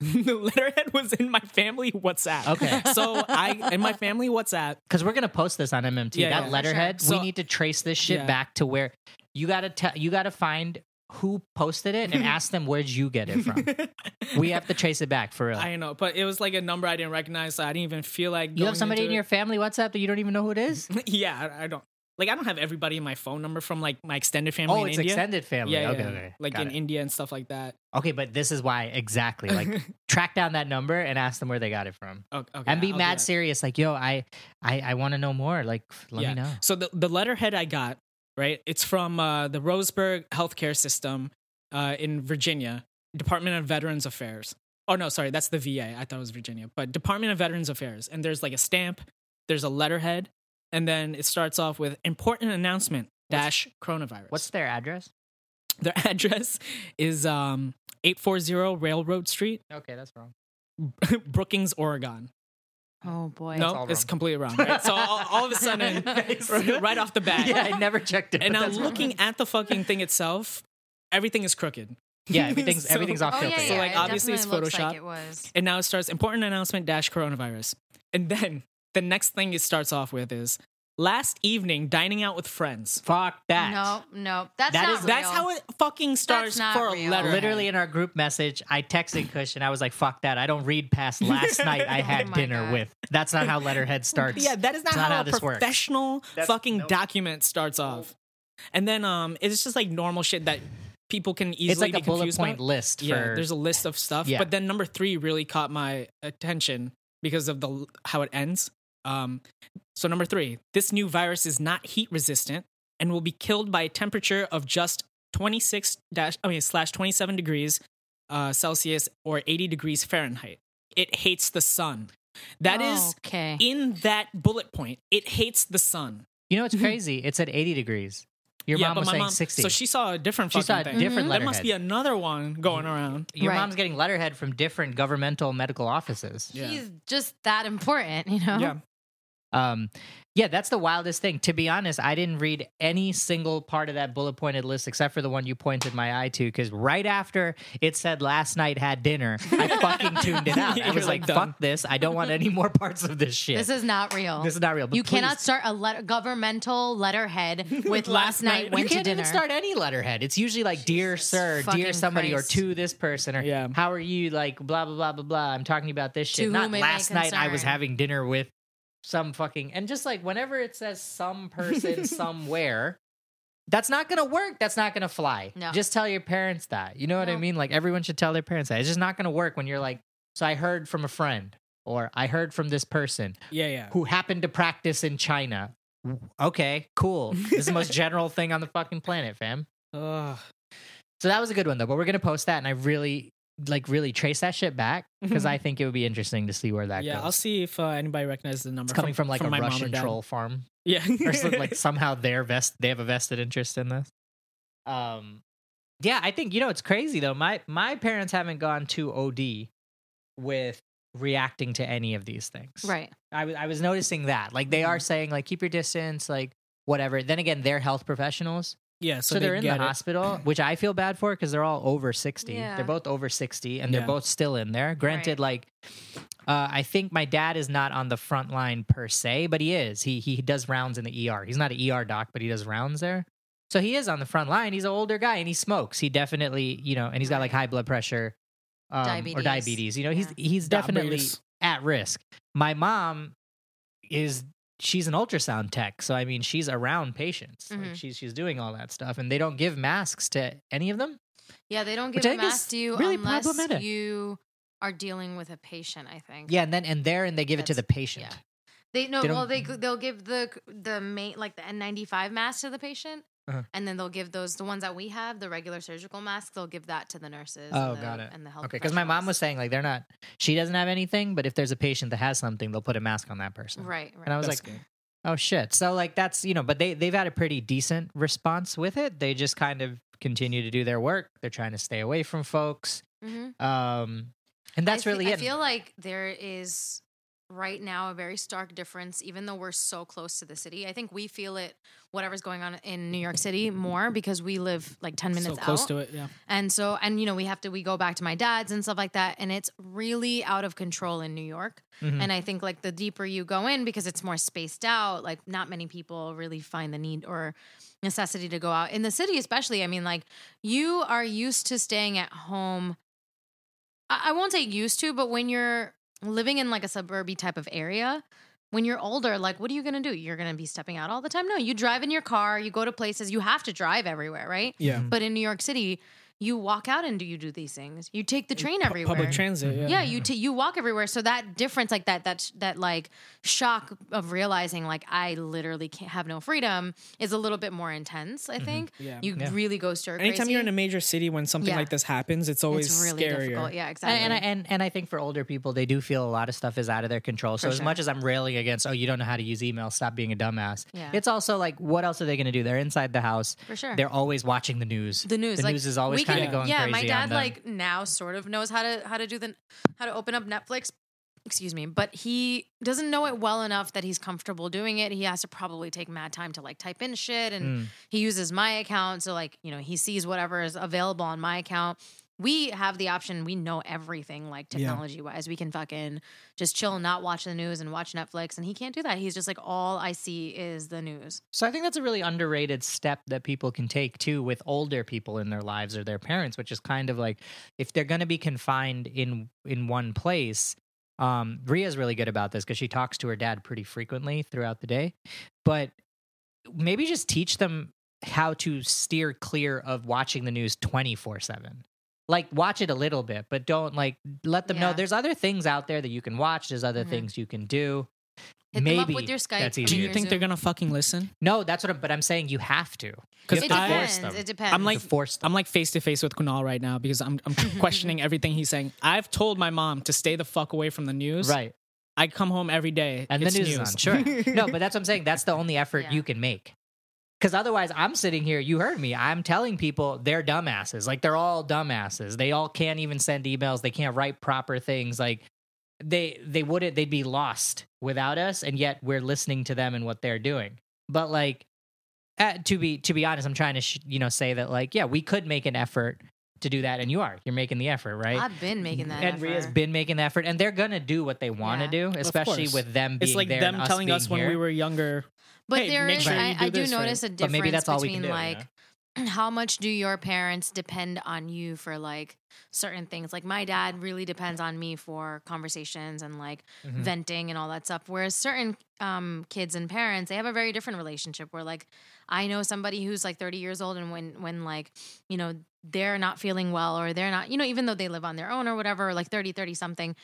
the letterhead was in my family WhatsApp.
Okay.
[LAUGHS] So I in my family WhatsApp,
Because we're gonna post this on MMT.
Yeah,
that
yeah.
letterhead.
Sure.
we
So-
need to trace this shit
Yeah.
back to where you gotta tell. You gotta find who posted it
[LAUGHS]
and ask them where'd you get it from. we have to trace it back for real.
I know, but it was like a number I didn't recognize, so I didn't even feel like
you
going
have somebody in
into
your family WhatsApp that you don't even know who it
[LAUGHS]
is.
it. yeah. I, I don't like I don't have everybody in my phone number from like my extended family.
Oh,
in
it's
India.
extended family.
Yeah,
okay,
yeah.
okay.
like
Got
in
it.
India and stuff like that.
Okay, but this is why exactly. Like,
[LAUGHS]
track down that number and ask them where they got it from,
O- Okay,
and be
I'll do
mad
that.
serious. Like, yo, I, I, I want to know more. Like, f- let
yeah.
me know.
So the the letterhead I got right, it's from uh, the Roseburg healthcare system uh, in Virginia, Department of Veterans Affairs. Oh no, sorry, that's the VA. I thought it was Virginia, but Department of Veterans Affairs. And there's like a stamp, there's a letterhead, and then it starts off with important announcement dash coronavirus.
What's their address?
Their [LAUGHS] address is um, 840 Railroad Street, [LAUGHS]
Okay, that's [LAUGHS] wrong.
Brookings, Oregon.
Oh boy.
No,
all
it's
wrong.
completely wrong. right? So all, all
[LAUGHS]
of a sudden, [LAUGHS] right off the bat,
yeah, I never checked [LAUGHS] it.
and
but
I'm
that's-
looking at the fucking thing itself, everything is crooked.
Yeah, [LAUGHS] everything's
So-
everything's off
Oh yeah,
filter.
yeah.
So, like,
it
obviously it's
definitely looks
Photoshop.
Like it was.
And now it starts important announcement dash coronavirus. And then the next thing it starts off with is last evening dining out with friends.
Fuck that.
No, no, that's
That
not
is-
real.
That's how it fucking starts
not
for a
real.
letter.
Literally in our group message, I texted Cush and I was like, "Fuck that! I don't read
[LAUGHS]
past last night. I had
my
dinner
God.
with. That's not how letterhead starts.
Oh Yeah, that is not,
It's
how,
this
a professional fucking document starts off. And then um it's just like normal shit that people can easily
works. It's like
be
a bullet
confused
point
by.
list.
Yeah,
for,
there's a list of stuff.
Yeah.
But then number three really caught my attention because of the how it ends. Um, so number three, this new virus is not heat resistant and will be killed by a temperature of just 26 dash I mean slash 27 degrees uh, Celsius or 80 degrees Fahrenheit. It hates the sun. That is e
okay.
in that bullet point. It hates the sun.
you
[LAUGHS]
know what's crazy? It's at 80 degrees. Your
yeah,
mom
but
was
my
saying
mom,
60.
So she saw a different
She
fucking
saw a
thing.
different
There must be
letterhead.
another one going around.
Your
Right.
mom's getting letterhead from different governmental medical offices.
Yeah.
He's just that important, you know.
Yeah.
Um, yeah, that's the wildest thing. To be honest, I didn't read any single part of that bullet pointed list except for the one you pointed my eye to because right after it said last night had dinner, I fucking tuned it out. I
You're
was
like,
like,
done.
fuck this. I don't want any more parts of this shit.
This is not real.
This is not real. But
you
please-
cannot start a letter, governmental
[LAUGHS]
letterhead with last
Last
night
night.
You
went to
can't
dinner.
even start any letterhead. It's usually like, dear sir, dear
fucking
somebody,
Christ.
or to this person, or
Yeah.
how are you? Like blah blah blah blah blah. I'm talking about this shit.
To
Not
whom it may
last night I was
concern.
having dinner with some fucking and just like whenever it says
[LAUGHS]
some person somewhere, that's not gonna work. That's not gonna fly.
No.
Just tell your parents that. You know what I
No.
mean? Like everyone should tell their parents that. It's just not gonna work when you're like, so I heard from a friend, or I heard from this person
Yeah, yeah.
who happened to practice in China. Okay, cool. This is the
[LAUGHS]
most general thing on the fucking planet, fam.
Ugh.
So that was a good one though. But we're gonna post that, and I really like really trace that shit back because I think it would be interesting to see where that
Mm-hmm. yeah,
goes.
I'll see if uh, anybody recognizes the
It's
number.
coming from, like a
my mom or
Russian
dad.
troll farm,
Yeah,
[LAUGHS] or so,
[LAUGHS]
like somehow their vest they have a vested interest in this. Um, yeah, I think you know it's crazy though. My my parents haven't gone to OD with reacting to any of these things.
Right.
I was I was noticing that. Like they are saying like keep your distance, like whatever. Then again, they're health professionals,
yeah.
so,
So,
they're in the
get it.
hospital, which I feel bad for because they're all over sixty.
Yeah.
They're both over sixty, and they're
Yeah.
both still in there. Granted, like uh, I think my dad is not on the front line per se, but he is. He he does rounds in the ER. He's not an ER doc, but he does rounds there. So he is on the front line. He's an older guy, and he smokes. He definitely, you know, and he's got like high blood pressure um, or
Diabetes.
diabetes. You know, he's
Yeah.
he's definitely
Diabetes.
at risk. My mom is she's an ultrasound tech, so I mean she's around patients. Like
Mhm.
she's she's doing all that stuff, and they don't give masks to any of
Mm-hmm.
them.
Yeah, they don't give
Which I
a
think is
mask to you
really
unless
problematic.
you are dealing with a patient. I think.
Yeah, and then and there and they give it to the
That's-
patient.
yeah. They no,
They
well
don't-
they they'll give the the main like the N95 mask to the patient,
Uh-huh.
and then they'll give those the ones that we have the regular surgical masks. They'll give that to the nurses.
Oh,
and the,
got it.
And the health
Okay, because my mom was
professionals.
saying like they're not. She doesn't have anything, but if there's a patient that has something, they'll put a mask on that person.
right, right.
And I was
That's
like,
good.
oh shit. So like that's you know, but they they've had a pretty decent response with it. They just kind of continue to do their work. They're trying to stay away from folks.
Mhm.
Um, and that's
I fe-
really
I
it.
feel like there is right now a very stark difference, even though we're so close to the city. I think we feel it, whatever's going on in New York City, more because we live like 10 minutes
so close
out.
to it. Yeah.
And so, and you know, we have to, we go back to my dad's and stuff like that. And it's really out of control in New York.
Mm-hmm.
Mhm.
And I think like the deeper you go in because it's more spaced out, like not many people really find the need or necessity to go out in the city, especially. I mean, like you are used to staying at home. I, I won't say used to, but when you're living in like a suburby type of area, when you're older, like what are you gonna do? You're gonna be stepping out all the time? No, you drive in your car, you go to places, you have to drive everywhere, right?
Yeah.
But in New York City, you walk out and do you do these things. You take the train
Pu-
everywhere.
Public transit.
Mm-hmm.
Yeah.
Yeah, you t- you walk everywhere. So that difference, like that that that like shock of realizing like I literally can't have no freedom, is a little bit more intense. I think
Mm-hmm. Yeah.
you
Yeah.
really go stir crazy.
Anytime you're in a major city when something
Yeah.
like this happens, it's always
it's really
scarier.
difficult. Yeah, exactly.
And, and, I, and and I think for older people, they do feel a lot of stuff is out of their control. So
For
as
sure.
much as I'm railing against, oh, you don't know how to use email, stop being a dumbass.
Yeah.
It's also like, what else are they going to do? They're inside the house.
For sure.
They're always watching the news.
the news.
The
like,
news is always
we can-
kind of going
Yeah,
crazy.
my
on
dad
them.
like now sort of knows how to how to do the how to open up Netflix. Excuse me, but he doesn't know it well enough that he's comfortable doing it. He has to probably take mad time to like type in shit,
Mm.
and he uses my account, so like you know he sees whatever is available on my account. We have the option. We know everything, like technology wise. We can fucking just chill, not watch the news and watch Netflix. And he can't do that. He's just like, all I see is the news.
So I think that's a really underrated step that people can take too with older people in their lives or their parents, which is kind of like if they're going to be confined in in one place. Um, Ria's really good about this because she talks to her dad pretty frequently throughout the day, but maybe just teach them how to steer clear of watching the news twenty four seven. Like watch it a little bit, but don't like let them know
Yeah.
there's other things out there that you can watch. There's other
Mhm.
things you can do.
Hit
Maybe
them up with your Skype.
that's
I mean,
easier.
Do you
your
think they're
Zoom.
gonna fucking listen?
No, that's what. I'm, but I'm saying you have to.
Because
It
to force
depends.
them.
It depends.
I'm like-
to force them.
I'm like face to face with Kunal right now because I'm
[LAUGHS]
I'm questioning everything he's saying. I've told my mom to stay the fuck away from the news.
Right.
I come home every day
And
it's
the news, is on.
[LAUGHS]
Sure. [LAUGHS] no, but that's what I'm saying. That's the only effort
Yeah.
you can make. Because otherwise, I'm sitting here. You heard me. I'm telling people they're dumbasses. Like they're all dumbasses. They all can't even send emails. They can't write proper things. Like they they wouldn't. They'd be lost without us. And yet we're listening to them and what they're doing. But like, uh, to be to be honest, I'm trying to sh- you know say that like yeah, we could make an effort to do that, and you are. You're making the effort, right?
I've been making that.
and Ria's
effort.
been making the effort, and they're gonna do what they want
Yeah.
to do, especially
course.
with them being
It's like
there
them
and us
telling
being
us when
here.
we were younger.
But
hey,
there
make
is,
sure
I,
you do
I do
this, right?
notice a
But
difference
maybe that's all we
between
can do,
like [CLEARS THROAT] how much do your parents depend on you for like certain things. Like my dad really depends on me for conversations and like
Mhm.
venting and all that stuff. Whereas certain um, kids and parents, they have a very different relationship. Where like I know somebody who's like 30 years old, and when when like you know they're not feeling well or they're not you know even though they live on their own or whatever, like 30, 30 something.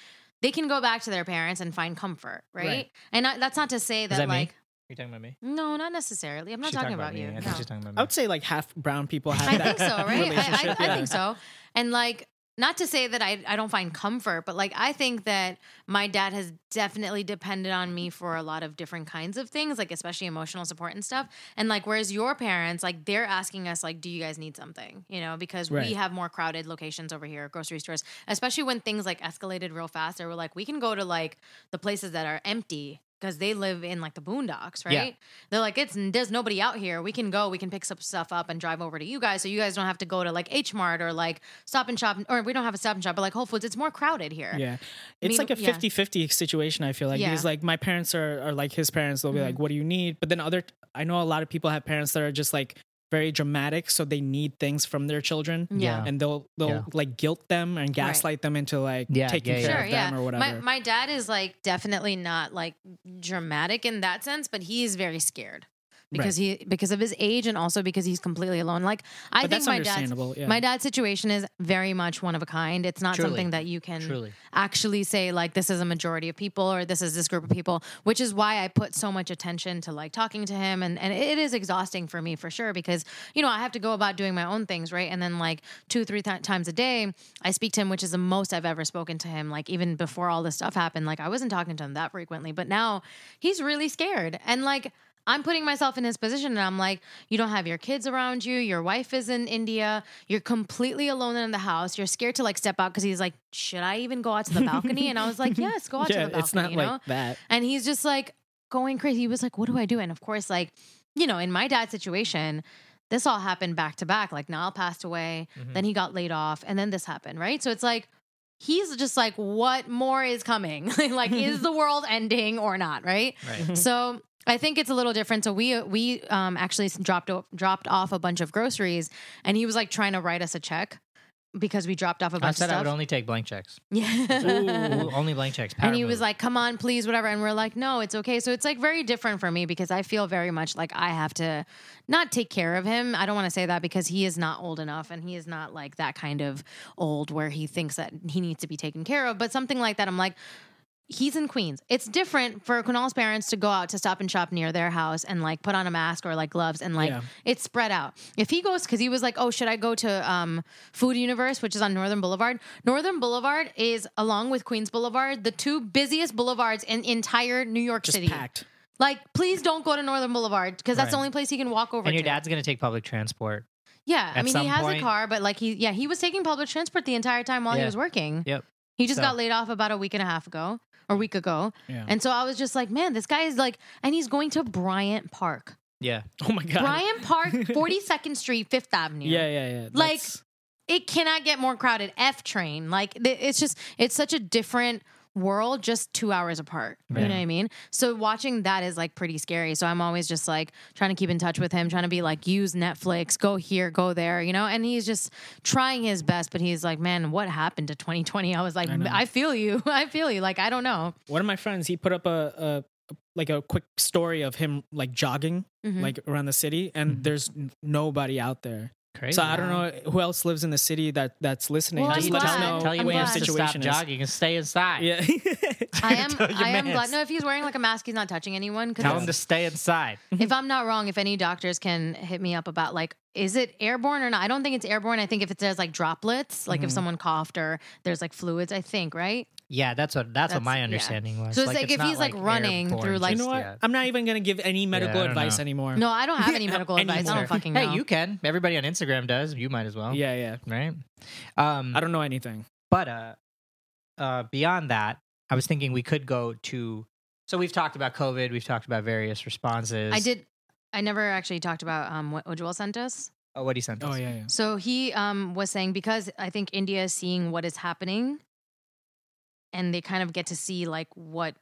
They can go back to their parents and find comfort, right?
Right.
And I, that's not to say that,
that me?
like,
You're talking about me.
no, not necessarily. I'm not
She's
talking about, you.
me. I
No.
think she's talking about me.
I would say like half brown people have
I
that
think so, right? I,
relationship,
I, I
yeah.
think so. And like, not to say that I, I don't find comfort, but like, I think that my dad has definitely depended on me for a lot of different kinds of things, like, especially emotional support and stuff. And like, whereas your parents, like, they're asking us, like, do you guys need something? You know, because we
Right.
have more crowded locations over here, grocery stores, especially when things like escalated real fast. They were like, we can go to like the places that are empty because they live in like the boondocks, right?
Yeah.
They're like, it's there's nobody out here. We can go. We can pick some stuff up and drive over to you guys, so you guys don't have to go to like H Mart or like Stop and Shop, or we don't have a Stop and Shop, but like Whole Foods. It's more crowded [LAUGHS] here.
Yeah. It's
mean,
like a
yeah.
50 50 situation, I feel like.
Yeah. Mm-hmm.
Because, like, my parents are, are like his parents. They'll be like, what do you need? But then, other, I know a lot of people have parents that are just like very dramatic. So they need things from their children.
Yeah.
And they'll, they'll
Yeah.
like guilt them and gaslight them into like
Yeah,
taking
yeah,
care
yeah.
Sure,
of
yeah.
them or
My
whatever.
my dad is like definitely not like dramatic in that sense, but he is very scared. because he because of his age and also because he's completely alone. Like
But
I think
that's
my dad's
understandable, yeah.
my dad's situation is very much one of a kind. It's not
Truly.
something that you can
Truly.
actually say like this is a majority of people or this is this group of people, which is why I put so much attention to like talking to him and and it is exhausting for me for sure because you know I have to go about doing my own things right and then like two three ti- times a day I speak to him, which is the most I've ever spoken to him. Like even before all this stuff happened, like I wasn't talking to him that frequently, but now he's really scared and like. I'm putting myself in his position and I'm like, you don't have your kids around you. Your wife is in India. You're completely alone in the house. You're scared to like step out because he's like, should I even go out to the balcony? And I
[LAUGHS]
was like, yes, go out to the balcony.
it's not
you know?
like that.
And he's just like going crazy. He was like, what do I do? And of course, like, you know, in my dad's situation, this all happened back to back. Like Niall passed away,
Mm-hmm.
then he got laid off, and then this happened, right? So it's like, he's just like, what more is coming? [LAUGHS] like, is the world ending or not, right?
Right.
So I think it's a little different. So we we um, actually dropped o- dropped off a bunch of groceries, and he was like trying to write us a check because we dropped off a bunch
I
of
said
stuff.
I would only take blank checks.
[LAUGHS] yeah.
Ooh, [LAUGHS] only blank checks. Power
and he was
move.
like, "Come on, please, whatever." And we're like, "No, it's okay." So it's like very different for me because I feel very much like I have to not take care of him. I don't want to say that because he is not old enough, and he is not like that kind of old where he thinks that he needs to be taken care of. But something like that, I'm like. He's in Queens. It's different for Kunal's parents to go out to stop and shop near their house and like put on a mask or like gloves and like
Yeah.
it's spread out. If he goes, because he was like, oh, should I go to um, Food Universe, which is on Northern Boulevard? Northern Boulevard is, along with Queens Boulevard, the two busiest boulevards in entire New York
Just
City.
packed.
Like, please don't go to Northern Boulevard because that's the
Right.
only place he can walk over
and your
to.
dad's gonna take public transport.
yeah, I
at
mean,
some
he has a
point-
car, but like, he, yeah, he was taking public transport the entire time while he
Yeah.
was working.
Yep.
He just
So-
got laid off about a week and a half ago or week ago.
Mm. Yeah.
And so I was just like, man, this guy is like, and he's going to Bryant
[LAUGHS]
Park.
Yeah.
Oh my god.
Bryant Park,
[LAUGHS]
42nd Street, Fifth Avenue.
Yeah, yeah, yeah.
Like,
That's-
it cannot get more crowded. F train, like th- it's just it's such a different world, just two hours apart. You
Right.
know what I mean? So watching that is like pretty scary. So I'm always just like trying to keep in touch with him, trying to be like use Netflix, go here, go there, you know. And he's just trying his best, but he's like, man, what happened to 2020? I was like, I, feel you, [LAUGHS] I feel you. Like I
[LAUGHS]
don't know.
one of my friends he put up a, a like a quick story of him like jogging
Mm-hmm.
like around the city and there's n- nobody out there
Mm-hmm. Crazy.
so i don't know who else lives in the city that that's listening
Well,
just
I'm
let us
glad.
know
Tell your
I'm
what
wife
glad.
your
to stop
situation is
jogging and stay inside.
yeah [LAUGHS]
I am.
Tell your
I am
mans.
glad. No, if he's wearing like a mask, he's not touching anyone. Cause
Tell
it's-
him to stay inside.
if I'm not wrong, if any doctors can hit me up about like, is it airborne or not? I don't think it's airborne. I think if it says like droplets, like if
Mm-hmm.
someone coughed or there's like fluids, I think, right?
Yeah, that's what that's, what
That's-
my
yeah.
understanding was.
So it's like if
not
he's, like, running
airborne
through, like-
you
just
know what
yet.
i'm not even gonna give any medical
I don't
advice
know.
anymore
No, I don't
[LAUGHS]
have any medical
Anymore.
advice. I don't fucking know.
Hey, you can. Everybody on Instagram does. You might as well.
yeah yeah
Right. Um.
i don't know anything
But uh, uh, beyond that, I was thinking we could go to. So we've talked about COVID. We've talked about various responses.
I did. I never actually talked about um, what Ojwal sent us.
Oh, what he sent us.
oh yeah yeah
So he um, was saying because I think India is seeing what is happening, and they kind of get to see like what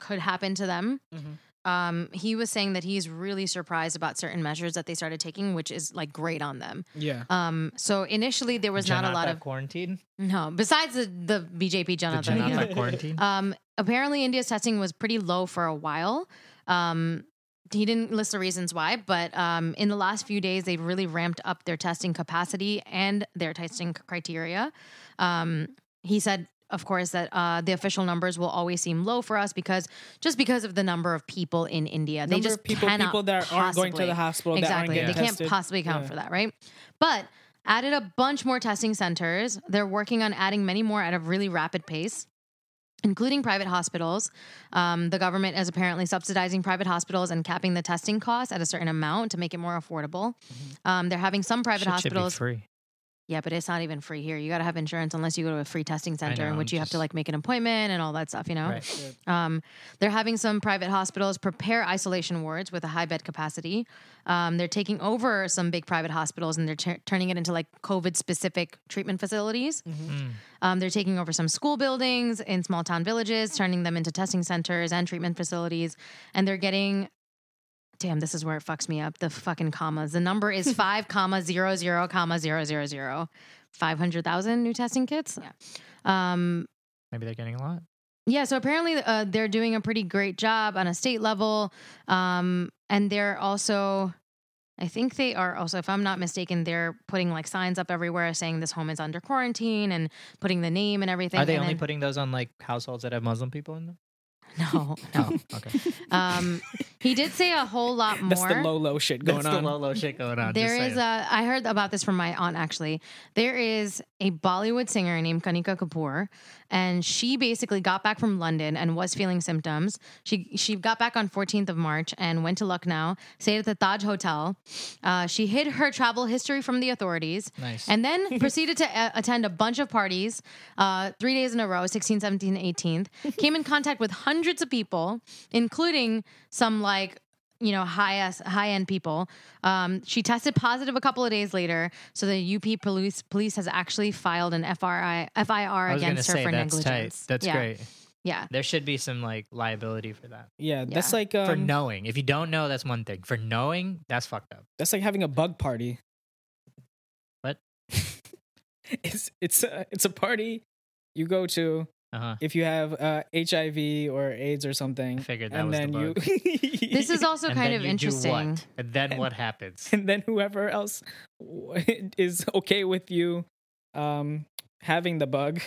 could happen to them.
Mm-hmm.
Um, he was saying that he's really surprised about certain measures that they started taking, which is like great on them.
yeah
Um, so initially there was not a lot of
quarantine.
no. Besides the, the BJP
The
Janata,
Janata
yeah.
Mm-hmm.
quarantine.
um, apparently India's testing was pretty low for a while. Um, he didn't list the reasons why, but um, in the last few days they've really ramped up their testing capacity and their testing c- criteria. Um, he said. Of course, that uh, the official numbers will always seem low for us because just because of the number of people in India, they
Number
just
of people
cannot
people that aren't going to
possibly-
the hospital
Exactly.
that aren't
they
getting
can't
tested.
possibly account
Yeah.
for that, right? But added a bunch more testing centers. They're working on adding many more at a really rapid pace. Including private hospitals. Um, the government is apparently subsidizing private hospitals and capping the testing costs at a certain amount to make it more affordable. Um, they're having some private
Shit
hospitals.
Mm-hmm. should be free.
Yeah, but it's not even free here. You got to have insurance unless you go to a free testing center,
know,
in
I'm
which you have to
just-
like make an appointment and all that stuff, you know?
Right.
Um, they're having some private hospitals prepare isolation wards with a high bed capacity. Um, they're taking over some big private hospitals and they're tur- turning it into like COVID specific treatment facilities. Um, they're taking over some school buildings in small town villages, turning them into testing centers and treatment facilities. And they're getting. Damn, this is where it fucks me up. The fucking commas. The number is five comma zero zero comma zero zero zero. Five hundred thousand new testing kits. Um,
Maybe they're getting a lot.
yeah, so apparently uh, they're doing a pretty great job on a state level. Um, and they're also I think they are also, if I'm not mistaken, they're putting like signs up everywhere saying this home is under quarantine and putting the name and everything.
Are they
and
only
then-
putting those on like households that have Muslim people
[LAUGHS]
in them? Oh,
No,
[LAUGHS]
no.
okay.
um, he did say a whole lot more.
That's the low low shit going
That's
on.
the low low shit going on.
There
just
is
saying.
a. I heard about this from my aunt actually. There is a Bollywood singer named Kanika Kapoor, and she basically got back from London and was feeling symptoms. She she got back on 14th of March and went to Lucknow, stayed at the Taj Hotel. Uh, she hid her travel history from the authorities,
Nice. [LAUGHS]
and then proceeded to a- attend a bunch of parties, uh, three days in a row, 16th, 17th, 18th. Came in contact with hundreds of people, including some like you know high ass, high end people. Um, she tested positive a couple of days later, so the UP police police has actually filed an FRI FIR
I was gonna
against her
say
for
that's
negligence.
tight. That's
yeah.
great.
Yeah.
There should be some like liability for that.
yeah, that's
Yeah.
like um,
for knowing, if you don't know, that's one thing. For knowing, that's fucked up.
that's like having a bug party.
What?
[LAUGHS] it's it's a, it's a party you go to
Uh huh.
if you have uh, HIV or AIDS or something.
I figured that
and
was the
then
bug.
[LAUGHS] you.
[LAUGHS]
This is also
And
kind
then
of
you do
interesting.
what? And then what happens?
and then whoever else [LAUGHS] w- is okay with you um, having the bug,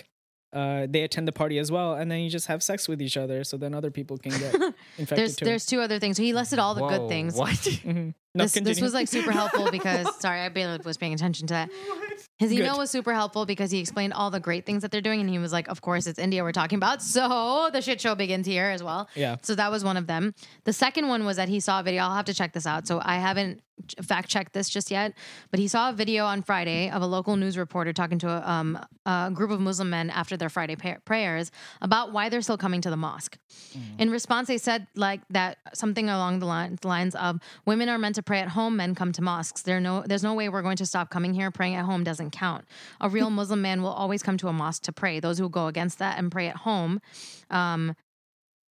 uh, they attend the party as well, and then you just have sex with each other, so then other people can get infected
[LAUGHS] There's
too.
there's two other things. So he listed all the
Whoa,
good things.
What? [LAUGHS]
Mhm. No,
This, this
continue.
was like super helpful because sorry, I barely was paying attention to that. His email
Good.
was super helpful because he explained all the great things that they're doing, and he was like, "Of course, it's India we're talking about, so the shit show begins here as well."
Yeah.
So that was one of them. The second one was that he saw a video. I'll have to check this out. So I haven't fact checked this just yet, but he saw a video on Friday of a local news reporter talking to a, um, a group of Muslim men after their Friday pa- prayers about why they're still coming to the mosque. In response, they said like that something along the line, lines of women are meant to pray at home, men come to mosques. There no, there's no way we're going to stop coming here. Praying at home doesn't count. A
[LAUGHS]
real Muslim man will always come to a mosque to pray. Those who go against that and pray at home um,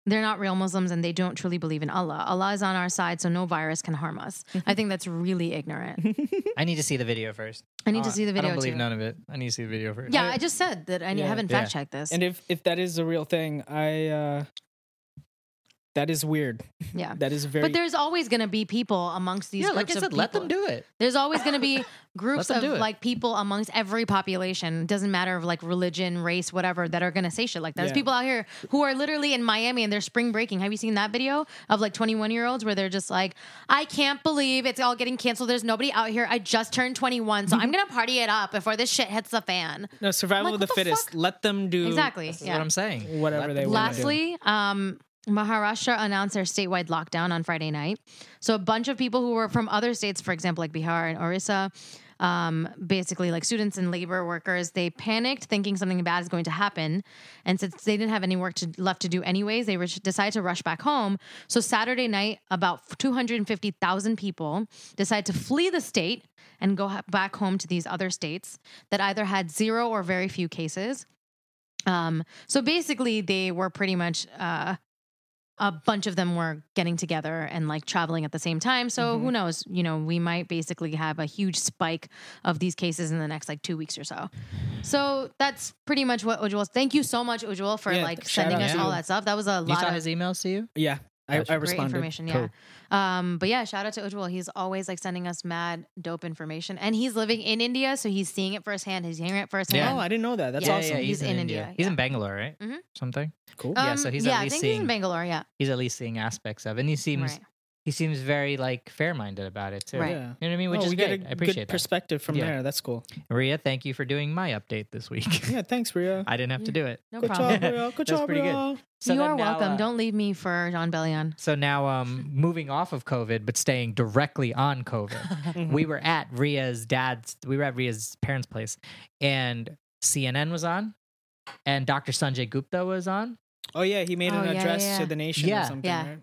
they're not real Muslims and they don't truly believe in Allah. Allah is on our side, so no virus can harm us.
[LAUGHS]
I think that's really ignorant.
[LAUGHS] I need to see the video first.
I need to see the video
Ah, Uh, I don't believe
too.
none of it. I need to see the video first.
yeah, I just said that I
Yeah.
haven't
Yeah.
fact checked
[LAUGHS]
this.
and if if that is a real thing, I uh, that is weird.
yeah.
That is very.
But there's always going to be people amongst these
yeah, like
groups
I
of
said, let them
people.
do it.
There's always going
[LAUGHS]
to be groups
them
of
do it.
like people amongst every population. It doesn't matter of like religion, race, whatever, that are going to say shit like that. There's
Yeah.
people out here who are literally in Miami and they're spring breaking. Have you seen that video of like 21 year olds where they're just like, I can't believe it's all getting canceled. There's nobody out here. I just turned 21,
[LAUGHS]
so I'm going to party it up before this shit hits the fan.
no survival
Like,
of
what
the,
the
fittest.
fuck?
Let them do
Exactly.
That's
yeah.
what I'm saying.
Whatever
Let
they
them
want.
do it.
Lastly, um, Maharashtra announced their statewide lockdown on Friday night. So a bunch of people who were from other states, for example, like Bihar and Orissa, um, basically like students and labor workers, they panicked thinking something bad is going to happen, and since they didn't have any work to, left to do anyways, they rush- decided to rush back home. So Saturday night, about 250,000 people decided to flee the state and go ha- back home to these other states that either had zero or very few cases. Um, so basically, they were pretty much uh, a bunch of them were getting together and like traveling at the same time. So
Mm-hmm.
who knows? You know, we might basically have a huge spike of these cases in the next like two weeks or so. So that's pretty much what Ujwal. Thank you so much, Ujwal, for
Yeah,
like
shout
sending
out
us
to-
all that stuff. That was a
You
lot
saw
of
his emails to you?
Yeah,
Gotcha.
I, I
Great
great
responded.
information. Yeah. Um, but yeah, shout out to Ujwal. He's always like sending us mad dope information, and he's living in India, so he's seeing it firsthand. He's hearing it firsthand.
Oh, I didn't know that. That's
Yeah,
awesome.
yeah, He's in India,
He's
yeah.
in Bangalore, right?
Mhm.
Something.
Cool.
yeah, so he's at
um, yeah,
least
I think he's
seeing-
in Bangalore. Yeah,
He's at least seeing aspects of, it. and he seems
right.
he seems very like fair-minded about it too.
Right.
You
Yeah.
know what I mean? Which
Oh,
is
we
good.
get a
I appreciate
good perspective from
Yeah.
there. That's cool.
that. Ria, thank you for doing my update this week.
Yeah, thanks, Ria.
[LAUGHS] I didn't have to do it.
No
Good
problem.
job, Ria. Good
That's
job,
pretty good.
Ria.
So
you
then
are
now,
welcome.
uh,
Don't leave me for John Bellion.
So now, um, moving off of COVID, but staying directly on
[LAUGHS] Mm-hmm.
COVID, we were at Ria's dad's. We were at Ria's parents' place, and CNN was on, and Dr. Sanjay Gupta was on.
Oh yeah, he made
Oh,
an
yeah,
address
yeah, yeah.
to the nation
Yeah.
or something.
Yeah.
Right?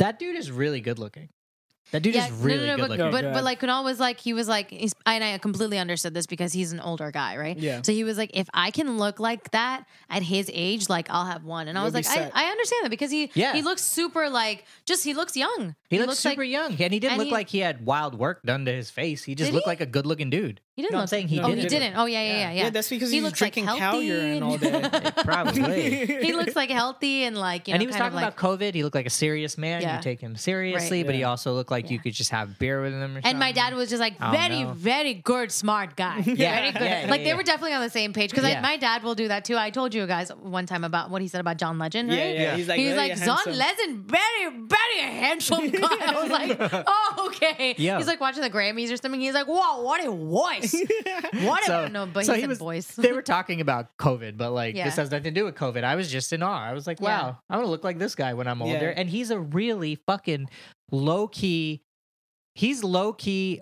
That dude is really good looking. That dude
Yeah,
is really
no, no, no,
good
but,
looking.
But,
Yeah.
but like Kunal was like, he was like, he's, and I completely understood this because he's an older guy, right?
Yeah.
So he was like, if I can look like that at his age, like I'll have one. And I
You'll
was
be
like, I,
set.
I understand that because he,
Yeah.
he looks super like, just he looks young.
he, looks super
like,
young, and he didn't
and
look
he-
like he had wild work done to his face. He just
Did
looked
he?
like a good-looking dude.
He didn't
No, I'm
look
saying he
Oh, he
didn't.
didn't. Oh yeah, yeah, yeah.
Yeah, that's because
he
he was
looks like
drinking cow
healthy
urine all
and-
day.
Probably.
[LAUGHS] he looks like healthy and like you know,
and he was
kind
talking
of like,
about COVID. He looked like a serious man.
Yeah.
You take him seriously,
Right.
but he
Yeah.
also looked like you
Yeah.
could just have beer with him. Or
And my
something.
dad was just like
I don't
very,
know.
very good, smart guy.
[LAUGHS] Yeah,
very good.
yeah, yeah,
like they
yeah.
were definitely on the same page because
Yeah.
my dad will do that too. I told you guys one time about what he said about John Legend.
Yeah,
Right?
yeah, he's like
he was
very
like John
handsome."
Legend, very, very
[LAUGHS]
handsome guy. I was like, oh okay.
Yeah.
He's like watching the Grammys or something. He's like, wow, what
[LAUGHS]
a voice! What a no, but he said voice.
They were talking about COVID, but like
Yeah.
this has nothing to do with COVID. I was just in awe. I was like,
Yeah.
wow, I'm gonna look like this guy when I'm
Yeah.
older. And he's a really fucking low key. He's low key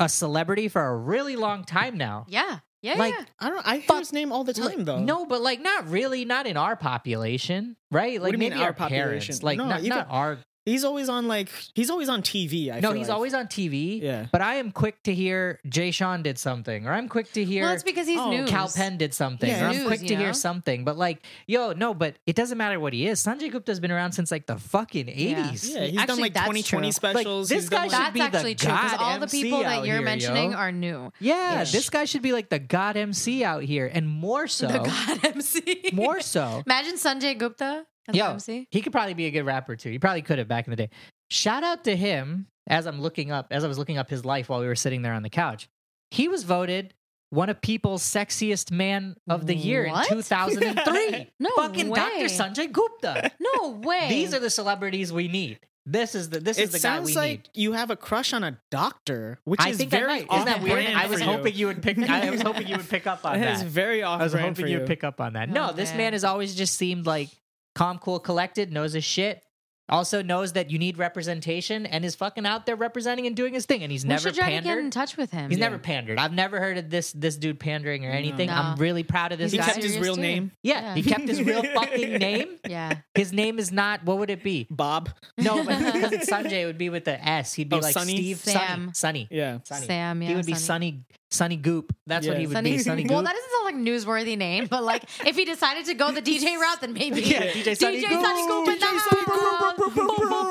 a celebrity for a really long time now.
Yeah, yeah,
Like,
yeah.
I don't. I hear
Fuck.
his name all the time
Like,
though.
No, but like not really, not in our population, right? Like
do you mean
maybe
our
our, parents,
population?
like
No,
not,
even-
not our.
he's always on like he's always on TV. I
no,
feel
he's
like.
always on TV.
Yeah.
but I am quick to hear Jay Sean did something, or I'm quick to hear.
Well, it's because he's
Oh,
new.
Cal Penn did something.
Yeah,
or I'm
news,
quick
you
to hear
know?
something, but like, yo, no, but it doesn't matter what he is. Sanjay Gupta's been around since like the fucking eighties.
Yeah, he's done
Actually,
like
that's
2020
true.
specials.
Like, this
he's done,
guy
like-
should
That's
be the
actually true because
god
all the
MC
people that
out
you're
here,
mentioning
yo.
are new.
Yeah, this guy should be like the god MC out here, and more so,
The God [LAUGHS] MC.
more
[LAUGHS]
so.
Imagine Sanjay Gupta as
Yo,
an MC.
he could probably be a good rapper too. He probably could have back in the day. Shout out to him as I'm looking up, as I was looking up his life while we were sitting there on the couch. He was voted one of people's sexiest man of the year
What? [LAUGHS]
in 2003.
No
fucking Dr.
way.
Sanjay
[LAUGHS]
Gupta.
No way.
These are the celebrities we need. This is the this is
It
the guy we
sounds like
need.
you have a crush on a doctor, which
I
is
think I
very
might. Isn't that weird?
off-brand
I was
for
hoping you would pick. I
[LAUGHS]
was hoping you would pick up on
That is
that.
very off.
I was hoping
you
you'd pick up on that. No,
Oh,
this
man.
man has always just seemed like calm, cool, collected, knows his shit. Also knows that you need representation and is fucking out there representing and doing his thing. And he's
we
never
should try to get in
pandered.
touch with him.
He's never pandered. I've never heard of this this dude pandering or anything.
No.
I'm really proud of this
He
guy.
kept his
serious
real
too.
name,
yeah,
Yeah.
he kept his
[LAUGHS]
real fucking name.
Yeah.
His name is not. What would it be?
Bob.
No, [LAUGHS] but because it's Sanjay, it would be with the S. He'd be
Oh,
like
Sunny?
Steve
Sam.
Sunny. Sunny.
Yeah.
[LAUGHS] Sunny.
Sam, yeah.
he would be
Sunny.
Sunny Sunny Goop. That's what
Yeah.
he would
Sunny-
be. Sunny Goop.
well, that doesn't sound like a newsworthy name, but
[LAUGHS]
like if he decided to go the DJ route, then maybe
Yeah, DJ Sunny
DJ
Goop.
Sunny Goop in the
DJ Sunny Goop.
house. Boop, [LAUGHS] boop, boop,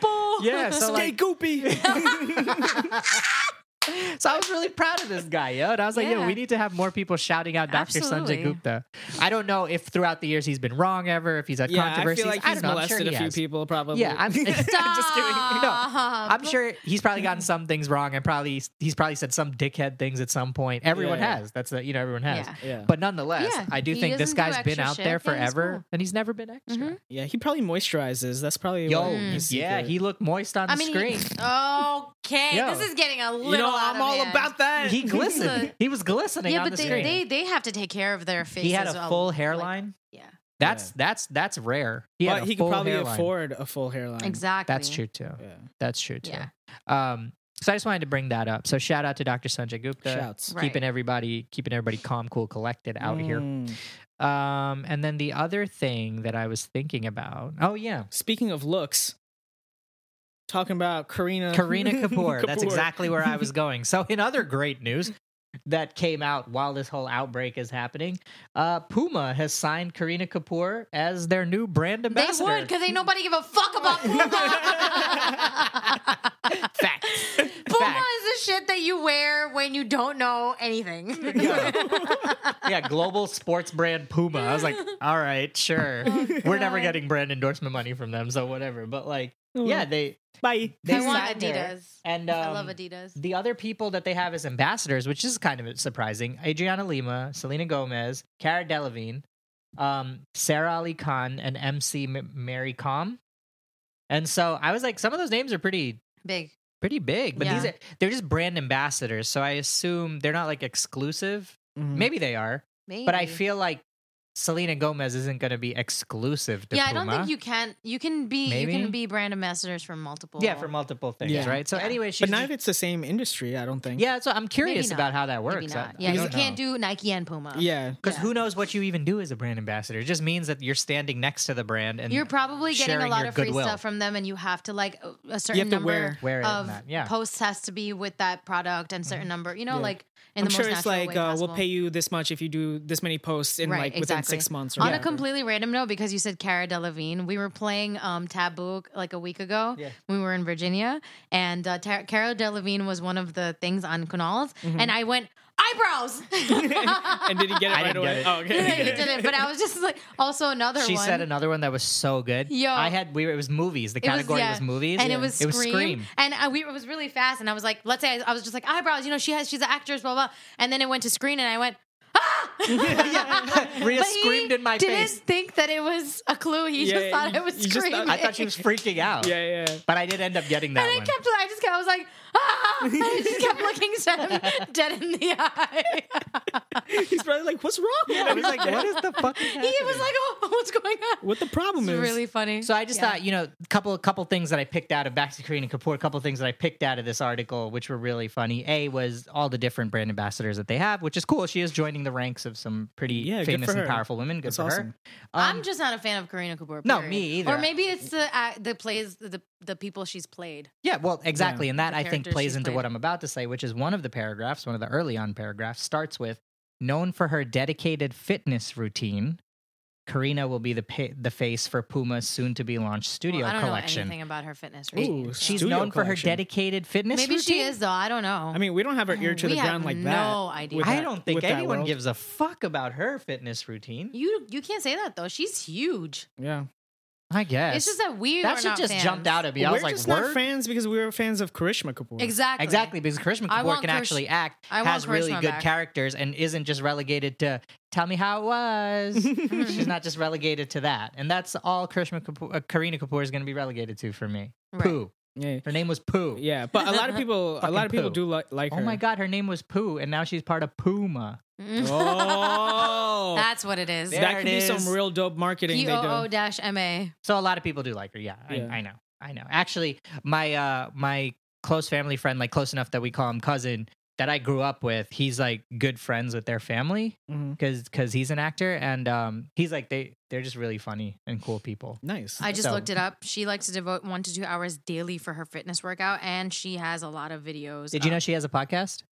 [LAUGHS]
boop.
yeah, so
Stay
like,
goopy.
so I was really proud of this guy, yo. And I was like, yeah,
Yeah.
we need to have more people shouting out Dr.
Absolutely.
Sanjay Gupta. I don't know if throughout the years he's been wrong ever, if he's had
[LAUGHS] yeah, I
controversies.
feel like
I
he's
don't know. I'm
molested
sure he
a few
has.
people, probably.
Yeah,
[LAUGHS]
I'm [LAUGHS]
Just kidding.
No, I'm sure he's probably gotten some things wrong, and probably he's probably said some dickhead things at some point. Everyone
Yeah.
has. That's the you know everyone has.
Yeah.
Yeah.
But nonetheless,
Yeah,
I do
he
think this
doesn't do
guy's been
extra
out there
shit. Yeah, he's
forever,
cool.
and he's never been extra.
[LAUGHS]
Mm-hmm.
yeah, he probably moisturizes. That's probably
Yo,
what his
yeah,
secret-
he looked moist on the
I mean, he- [LAUGHS]
screen.
okay,
Yo.
this is getting a little.
You know,
out
I'm
of
all
hand.
about that.
He glistened. he was glistening
Yeah,
on
but
the
they,
screen.
they they have to take care of their faces.
he had a
like-
full hairline.
yeah,
That's that's that's rare. He had
but
a
he could
full
probably
hairline.
afford a full hairline.
exactly.
That's true too.
Yeah.
That's true too.
Yeah.
Um, so I just wanted to bring that up. So shout out to Dr. Sanjay Gupta,
Shouts.
Right.
keeping everybody keeping everybody calm, cool, collected out here.
Mm.
Um, and then the other thing that I was thinking about. Oh yeah,
Speaking of looks, talking about [LAUGHS] Karina
Karina Kapoor. That's
Kapoor.
exactly where I was going. So, in other great news that came out while this whole outbreak is happening, uh, Puma has signed Karina Kapoor as their new brand
They
ambassador.
would,
[LAUGHS]
because ain't nobody give a fuck about Puma.
Fact.
Puma
Fact.
is the shit that you wear when you don't know [LAUGHS] anything.
Yeah, global sports brand Puma. I was like, all right, sure. We're never
Oh, God. Oh.
getting brand endorsement money from them, so whatever. But like, yeah, they
Bye.
they
I want
signed her.
Adidas.
and
I
um,
love Adidas.
The other people that they have as ambassadors, which is kind of surprising, Adriana Lima, Selena Gomez, Cara Delevingne, um, Sarah Ali Khan, and MC M- Mary Com. And so I was like, some of those names are pretty
Big.
pretty big, but
Yeah.
these are they're just brand
Mm-hmm. Hmm.
ambassadors. So I assume they're not like exclusive. Maybe they are,
Maybe.
but I feel like Selena Gomez isn't going to be exclusive to
yeah, I don't
Puma.
think you can. You can be. You
Maybe?
can be brand ambassadors for multiple.
Yeah, for multiple things,
Yeah.
right? So anyway, she's
But not if it's the same industry, I don't think.
yeah. So I'm curious
Maybe
about
not.
how that
Maybe
works.
not. yeah, you can't do Nike and Puma.
Yeah.
because
yeah.
who knows what you even do as a brand ambassador. It just means that you're standing next to the brand and
You're probably getting a
sharing
lot
your
of free
goodwill.
stuff from them, and you have to like a- a certain
to
number
wear-
Wear it and
of
that, yeah.
posts has to be with that product, and certain number, you know,
Yeah.
like in
I'm
the
sure
most
it's
natural
like
way
uh, we'll
possible.
pay you this much if you do this many posts in like within six months or
on a
whatever.
completely random note because you said Cara Delevingne we were playing um, Taboo like a week ago when we were in Virginia and uh, Tar- Cara Delevingne was one of the things on Kunal's
Mm-hmm.
and I went
[LAUGHS]
eyebrows [LAUGHS]
and did he get it
I
right
didn't
away?
get it.
Oh, okay.
He
[LAUGHS]
didn't, but I was just like also another
She
one
said another one that was so good.
Yo.
I had we were, it was movies. The
It
category was,
yeah.
movies,
and it was
It
scream,
was
[LAUGHS]
Scream.
and I, we, it was really fast. And I was like, let's say I, I was just like eyebrows, you know, she has, she's an actress, blah blah. And then it went to screen, and I went, "Ah!"
[LAUGHS] Rhea
but he
screamed in my
didn't
face.
think that it was a clue. He
Yeah,
just thought
you-
it was
you just
screaming.
thought-
I thought she was freaking out.
[LAUGHS] Yeah, yeah.
But I did end up getting that
And I
one.
kept, I just, kept, I was like,
[LAUGHS]
ah! And I just kept looking him [LAUGHS] dead in the eye.
[LAUGHS]
He's probably like, "What's wrong?" with
I [LAUGHS]
him?"
was like, what is the
[LAUGHS]
fuck?
he was like, oh, what's going on?
"What the problem
It's
is?"
really funny.
So I just
Yeah.
thought, you know, a couple couple things that I picked out of Back to Korean and Kapoor, a couple things that I picked out of this article, which were really funny. A was all the different brand ambassadors that they have, which is cool. She is joining the ranks of some pretty
Yeah, good
famous
for
and
her.
powerful women. Good
That's
for
awesome.
her. Um,
I'm just not a fan of Karina Kapoor.
No,
period.
me either.
Or maybe it's the uh, the plays the the people she's played.
Yeah, well, exactly. And that
The
I think
characters
plays
she's
into
played.
what I'm about to say, which is one of the paragraphs, one of the early on paragraphs, starts with known for her dedicated fitness routine. Karina will be the pa- the face for Puma's soon to be launched studio
I don't know
collection.
anything about her fitness. routine,
Ooh,
so-
She's
studio
known for her
collection.
dedicated fitness
Maybe
routine.
she is though. I don't know.
I mean, we don't have our ear to
Oh, We
the
have
ground like
no
that.
idea.
with
I
that-
don't think
with that
anyone
world.
gives a fuck about her fitness routine.
you you can't say that though. She's huge.
Yeah,
I guess.
It's just that we
that
were
shit
not
just
fans.
jumped out at me. I
we're
was like,
just
"Word."
not fans because we were fans of Karishma Kapoor.
Exactly.
Exactly, because Karishma
I
Kapoor
want
can
Karish-
actually act,
I want
has really
Karishma
good
back.
characters, and isn't just relegated to "Tell me how it
[LAUGHS]
was." She's not just relegated to that, and that's all Karishma Kapoor, uh, Karina Kapoor is going to be relegated to for me.
Right.
Pooh.
Yeah,
Her name was Pooh.
yeah. But a
[LAUGHS]
lot of people, a lot
Fucking
of people
poo.
do li- like
Oh
her.
my god, her name was Pooh, and now she's part of Puma.
Oh,
That's what it is.
There
that could
it
be
is.
some real dope marketing
P
they
O O
do.
dash M A.
So a lot of people do like her. Yeah,
Yeah.
I, I know. I know. Actually, my uh my close family friend, like close enough that we call him cousin, that I grew up with, he's like good friends with their family.
Mhm.
because because he's an actor and um he's like they they're just really funny and cool people.
Nice.
I just
So-
looked it up. She likes to devote one to two hours daily for her fitness workout, and she has a lot of videos.
Did you
up.
know she has a podcast?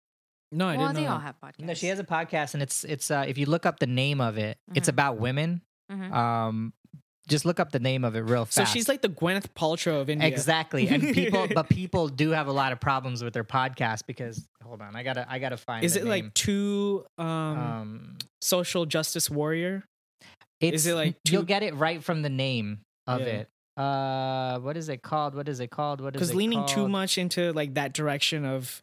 no, I
well,
didn't
they
know.
all
that.
have podcasts.
No, she has a podcast and it's it's uh if you look up the name of it, it's
Mm-hmm.
Mhm.
about women.
Mhm.
Um just look up the name of it real
So
fast.
she's like the Gwyneth Paltrow of India.
Exactly. And
[LAUGHS]
people but people do have a lot of problems with their podcast because hold on, I gotta I gotta find
Is
the
it like
name.
too um,
um
social justice warrior?
it's,
it like
you'll
too-
get it right from the name of
Yeah.
it. Uh what is it called? What is it called? What is it
Because leaning too
called?
much into like that direction of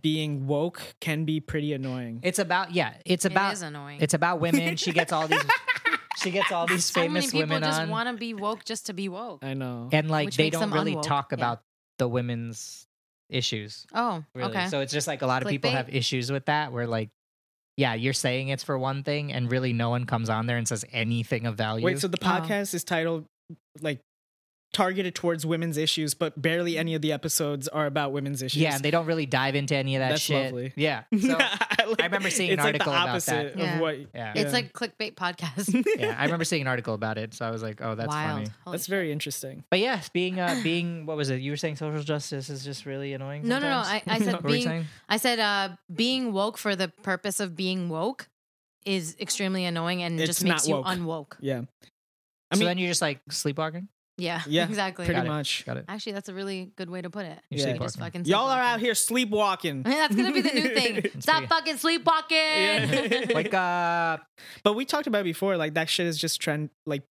being woke can be pretty annoying.
It's about yeah, it's
It
about
is annoying.
It's about women. She gets all these.
[LAUGHS]
she gets all these
so many
famous
people
women
just
on,
want to be woke just to be woke.
I know.
and like
which
they
makes
don't
them
really
unwoke,
talk
yeah.
about the women's issues.
Oh,
Really.
okay.
So it's just like a lot of people
Clickbait.
have issues with that. Where like, yeah, you're saying it's for one thing, and really no one comes on there and says anything of value.
Wait, so the
Oh.
podcast is titled like targeted towards women's issues, but barely any of the episodes are about women's issues.
yeah, and
[LAUGHS]
they don't really dive into any of that
That's
shit.
lovely.
[LAUGHS]
Yeah. So,
I, like-
I remember seeing an
it's
article
like the
about
opposite
that.
Of
Yeah.
what,
yeah.
It's like clickbait podcast.
[LAUGHS] yeah, I remember seeing an article about it, so I was like, "Oh, that's
Wild.
funny."
Holy
that's very interesting.
But yes, being uh, being what was it? You were saying social justice is just really annoying.
No, no, no. I,
sometimes? [LAUGHS]
I
What
said
were you
being.
saying?
I said uh, being woke for the purpose of being woke is extremely annoying and
It's
just makes
not
you
woke.
unwoke.
Yeah. I
so
mean,
then you're just like sleepwalking.
Yeah.
[LAUGHS] Yeah,
Exactly.
pretty
Got it.
much.
[LAUGHS]
Got it.
Actually, that's a really good way to put it.
You're
Yeah.
You just
sleepwalking.
fucking
Y'all are
sleepwalk.
out here
[LAUGHS]
sleepwalking.
That's gonna be the new
[LAUGHS]
thing. Stop
pretty-
fucking sleepwalking.
Yeah. [LAUGHS]
Wake up.
But we talked about it before, like that shit is just trend. Like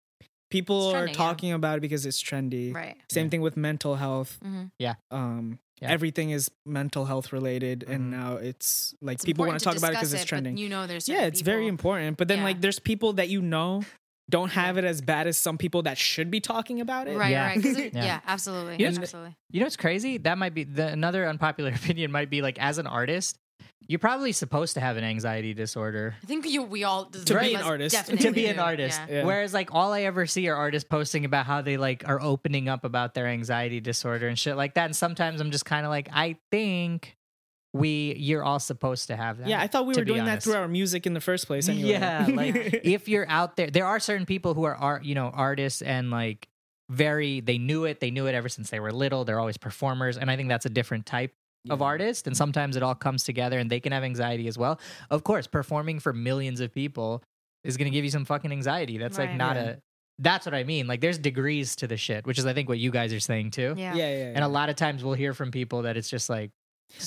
people
It's
are
trending, yeah.
talking about it because it's trendy.
[LAUGHS] right.
Same
Yeah.
thing with mental health.
Mhm.
Um,
Yeah.
everything is mental health related,
Mhm.
and now it's like
It's
people want
important
to talk about it
discuss
because it's
but
trending.
You know, there's
yeah,
certain
it's very
people-
important. But then
Yeah.
like there's people that you know don't have it as bad as some people that should be talking about it.
Right.
Yeah.
Right. 'cause
[LAUGHS]
it-
Yeah.
yeah. Absolutely.
You know,
absolutely.
[LAUGHS] You know what's crazy? That might be the, another unpopular opinion. Might be like as an artist, You're probably supposed to have an anxiety disorder
I think you, we all
To be
we
an
must
artist. To
definitely
to be an
do,
artist.
yeah.
Yeah.
Whereas like all I ever see are artists posting about how they like are opening up about their anxiety disorder and shit like that. And sometimes I'm just kind of like, I think we you're all supposed to have that.
Yeah, I thought we
to
were
be
doing that
honest.
through our music in the first place. Anyway.
Yeah,
[LAUGHS]
like if you're out there, there are certain people who are art, you know, artists and like very they knew it, they knew it ever since they were little. They're always performers, and I think that's a different type of artist and sometimes it all comes together and they can have anxiety as well. Of course, performing for millions of people is going to give you some fucking anxiety. That's
Right.
like not
Yeah.
a that's what I mean. Like there's degrees to the shit, which is I think what you guys are saying too.
Yeah.
yeah, yeah, yeah.
And a lot of times we'll hear from people that it's just like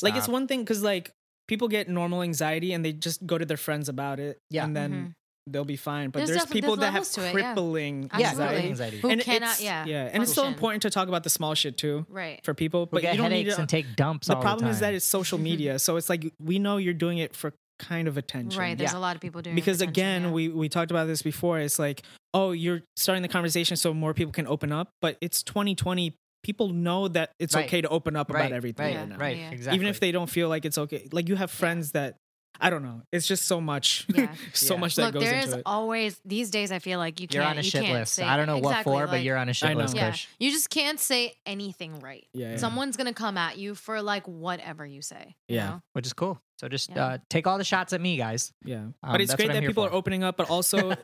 like it's
stop.
one thing because like people get normal anxiety and they just go to their friends about it
Yeah.
and
Mm-hmm.
then they'll be fine but
There's
there's,
defi-
people
there's
that have
levels to it, yeah.
crippling
yeah,
Absolutely.
crippling
anxiety
anxiety.
Who
And
cannot,
it's-
yeah.
yeah and it's still
function.
important to talk about the small shit too
Right.
for people
Who
but
get
you don't need
headaches
to,
and take dumps.
the
all
problem is
time.
that it's
[LAUGHS]
social media so it's like we know you're doing it for kind of attention
Right. There's a lot of people doing it
because
for
again
attention, yeah.
we we talked about this before it's like oh you're starting the conversation so more people can open up but it's 2020 people know that it's
Right.
okay to open up
right,
about everything
Right,
right now.
right,
Yeah.
exactly.
even if they don't feel like it's okay like you have friends that i don't know it's just so much
[LAUGHS] Yeah.
so
Yeah.
much [LAUGHS] that
Look,
goes
there
into
is
it
always these days. I feel like you
you're on
can't.
a
you
shit
can't
list.
say-
I don't know
exactly,
what for, but
like-
you're on a
I
shit
know.
list,
Yeah,
Kush.
you just can't say anything right.
yeah, yeah.
Someone's gonna come at you for like whatever you say. you
Yeah.
know?
which is cool. So just
Yeah.
uh, take all the shots at me, guys.
yeah
Um,
but it's
that's
great
what I'm
that
here
people
for.
are opening up but [LAUGHS] also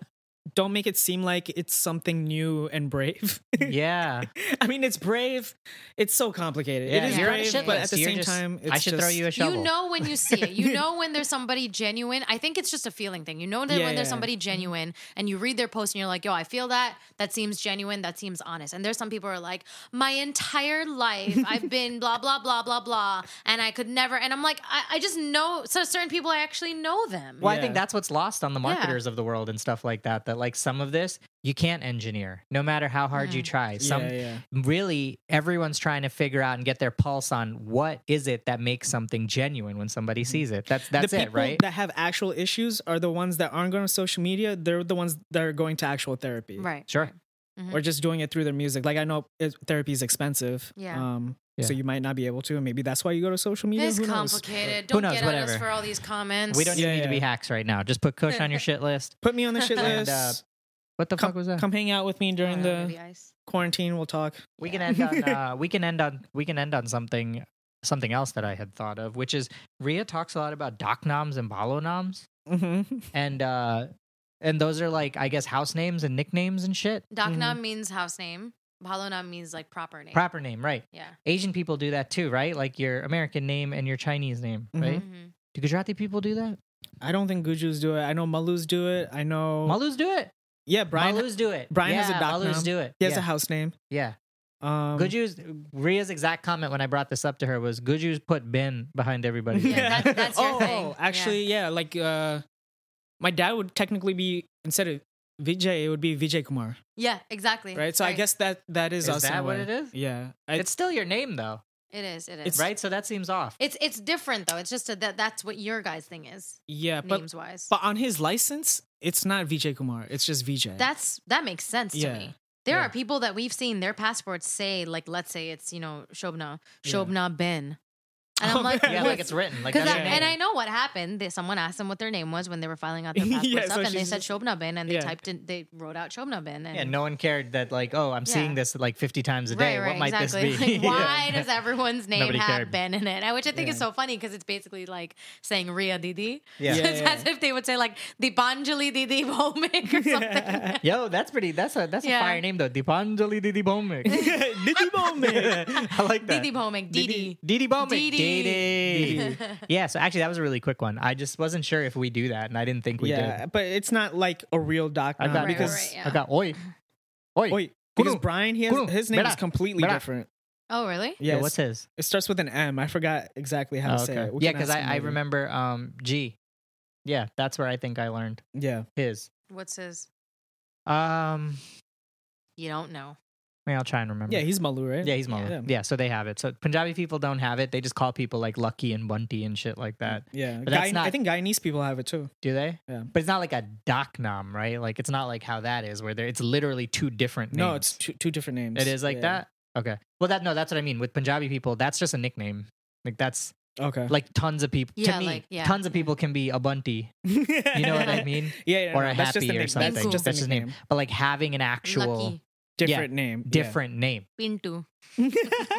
don't make it seem like it's something new and brave [LAUGHS]
Yeah,
i mean it's brave it's so complicated
yeah.
it is
you're on a
brave
shit
but
list.
at the
You're
same
just-
time it's
I should throw
just-
you a shovel.
You know when you see it.
[LAUGHS]
You know when there's somebody genuine. I think it's just a feeling thing. You know that
Yeah,
when there's
yeah. Mm-hmm.
somebody genuine and you read their post and you're like, yo, I feel that. That seems genuine. That seems honest. And there's some people who are like, my entire life
[LAUGHS]
I've been blah, blah, blah, blah, blah. And I could never. And I'm like, I, I just know. So certain people, I actually know them.
Well, I
Yeah.
think that's what's lost on the
Yeah.
marketers of the world and stuff like that. That like some of this you can't engineer, no matter how hard
Mm-hmm.
you try. Some
yeah, yeah.
really everyone's trying to figure out and get their pulse on what is it that makes something genuine when
Mm-hmm.
somebody sees it. That's that's
the
it,
people
right?
that have actual issues are the ones that aren't going to social media. They're the ones that are going to actual therapy,
Right.
sure.
Or just doing it through their music. Like I know it, therapy is expensive,
Yeah.
Um,
Yeah.
so
you
you might not be able to, and maybe that's why you go to social media.
It's
Who knows?
complicated.
Who
Don't
knows?
get at us
Whatever.
for all these comments.
We don't
Yeah,
need to be
yeah.
hacks right now. Just put Kush on
[LAUGHS]
your shit list. [LAUGHS]
Put me on the shit
And,
list.
uh, What the
come,
fuck was that?
come hang out with me during
I don't know,
the
maybe ice.
quarantine. We'll talk.
We can end
[LAUGHS]
on uh, we can end on we can end on something something else that I had thought of, which is Ria talks a lot about doc noms and balo noms, [LAUGHS]
Mm-hmm.
and uh, and those are like I guess house names and nicknames and shit.
Daknam
Mm-hmm.
means house name. Balonam means like proper name.
Proper name, right?
yeah.
Asian people do that too, right? Like your American name and your Chinese name,
Mm-hmm.
right?
Mhm.
Do Gujarati people do that?
I don't think Guju's do it. I know Malus do it. I know.
Malus do it.
yeah, Brian.
Malus do it.
Brian
yeah,
has a doc
Malus
nom.
do it.
He has
yeah.
a house name.
yeah.
Um,
Guju's Ria's exact comment when I brought this up to her was Guju's put Ben behind
[LAUGHS]
everybody.
Yeah, that's- that's your
oh,
thing.
oh, actually, yeah. Like, uh, my dad would technically be instead of Vijay, it would be Vijay Kumar,
Yeah, exactly.
right? So I
Right.
guess that that is,
Is
us. in
that
a
what
way.
it is?
Yeah, I-
It's still your name though.
it is. It is.
It's-
right? So that seems off.
It's it's different though. It's just a, that that's what your guys' thing is,
yeah,
names
but
wise.
but on his license, it's not Vijay Kumar. It's just Vijay. [LAUGHS]
That's that makes sense
Yeah.
to me. There
Yeah.
are people that we've seen their passports say like, let's say it's you know Shobna
Yeah.
Shobna Ben, and I'm
Oh, [LAUGHS]
[LAUGHS] like,
man.
yeah,
what?
like it's written. Like
Cause
that's
I,
your
yeah.
and
name.
I know what happened. They, someone asked them what their name was when they were filing
[LAUGHS]
out their
Yeah,
passport
so
stuff, and they
she's
said Shobna Ben, and they
Yeah.
typed in, they wrote out Shobna Ben, and
yeah, no one cared that like, oh, I'm seeing
Yeah.
this like 50 times a
Right,
day.
right,
what might
exactly.
this be? [LAUGHS]
Like, why does everyone's name
Nobody
have
cared.
Ben in it? I- Which I think is
Yeah.
so funny because it's basically like saying Ria Didi. [LAUGHS]
Yeah.
So
Yeah,
it's
yeah.
as if they would say like Dipanjali Didi
[LAUGHS]
Bhomik or something.
Yo, that's pretty. That's a that's
Yeah.
a fire name though. Dipanjali Didi Bomik.
[LAUGHS]
Nidhi Bhome.
I like that.
Didi Bhomik, Didi.
Didi Bomik. Didi.
Didi.
[LAUGHS] yeah. So actually, that was a really quick one. I just wasn't sure if we do that, and I didn't think we
yeah,
did.
but it's not like a real doc
I
nom
got
Right,
because
right, yeah.
I got oi, oi.
wait, because
Kunu.
Brian he has,
Kunu.
his name is
Bera.
completely
Bera.
different.
Oh, really?
Yeah,
what's
it?
his?
It starts with an M. I forgot exactly how to
Oh,
say
okay.
it. We
Yeah,
can
because
ask
I,
him
I
later.
remember um G. Yeah, that's where I think I learned
Yeah,
his.
What's his?
Um,
You don't know.
yeah, I'll try and remember.
yeah, he's Malu, right?
Yeah, he's Malay. Yeah.
Yeah.
so they have it. So Punjabi people don't have it. They just call people like Lucky and Bunty and shit like that.
Yeah,
But that's
Guy- I
not-
think Guyanese people have it too.
Do they?
Yeah.
But it's not like a doc nom, right? Like it's not like how that is, where there it's literally two different. Names.
No, it's two, two different names.
it is like
Yeah.
that. Okay. Well, that no, that's what I mean with Punjabi people. That's just a nickname. Like that's
Okay.
Like tons of people.
Yeah,
to me,
like- yeah,
tons of people can be a bunty.
you
You know what
[LAUGHS]
[LAUGHS]
I mean?
Yeah, yeah,
or
no,
a
that's just
happy
a
or
name.
something.
That's cool.
That's his name. But like having an actual
Lucky
Different name.
different name.
Pintu.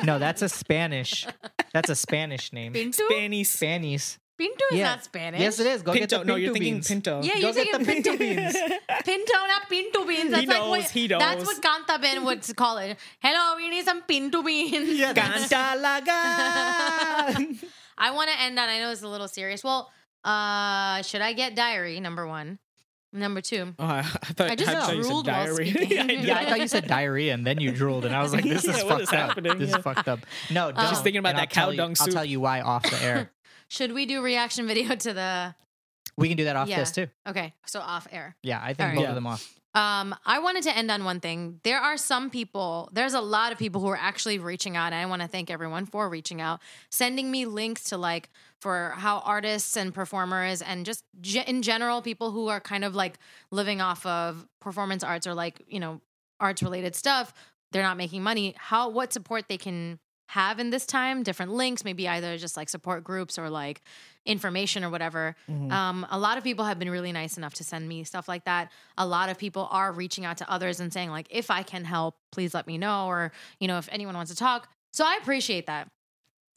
No, that's a Spanish. that's a Spanish name.
Pintu.
Yeah. Spanies.
Spanish.
Pintu is
Yeah.
not Spanish.
Yes, it is. Go get the
Pinto.
pinto
No, you're thinking
beans. [LAUGHS]
Pinto.
Yeah,
Go
you're
get the pinto
thinking pinto.
beans.
Pinto, not pinto beans. That's like
knows,
what,
he
That's
knows.
what Kanta Ben would call it. Hello, we need some pinto beans.
Cantalaga.
[LAUGHS] I want to end on. I know it's a little serious. Well, uh, should I get diary? Number one. Number two.
[LAUGHS] oh, I, I thought
I
[LAUGHS]
just
I thought you said
drooled while
diarrhea. [LAUGHS]
speaking.
I did.
[LAUGHS] Yeah, I thought you said diarrhea and then you drooled, and I was like, "This is
[LAUGHS] Yeah, what
fucked
is
up.
happening?
This
Yeah.
is fucked up." No, don't.
Just
thinking about
And
that
I'll tell
cow
you-
dung
I'll
soup.
tell you why off the
[LAUGHS]
air.
Should we do reaction video to the?
We can do that off
Yeah.
this too.
Okay, so off air.
Yeah, I
All
think
right.
both
Yeah.
of them off.
Um, I wanted to end on one thing. There are some people, there's a lot of people who are actually reaching out. And I want to thank everyone for reaching out, sending me links to like for how artists and performers and just ge- in general people who are kind of like living off of performance arts or like, you know, arts related stuff, they're not making money. How what support they can have in this time, different links, maybe either just like support groups or like information or whatever. Um, a lot of people have been really nice enough to send me stuff like that. A lot of people are reaching out to others and saying, like, if I can help, please let me know, or, you know, if anyone wants to talk. So I appreciate that.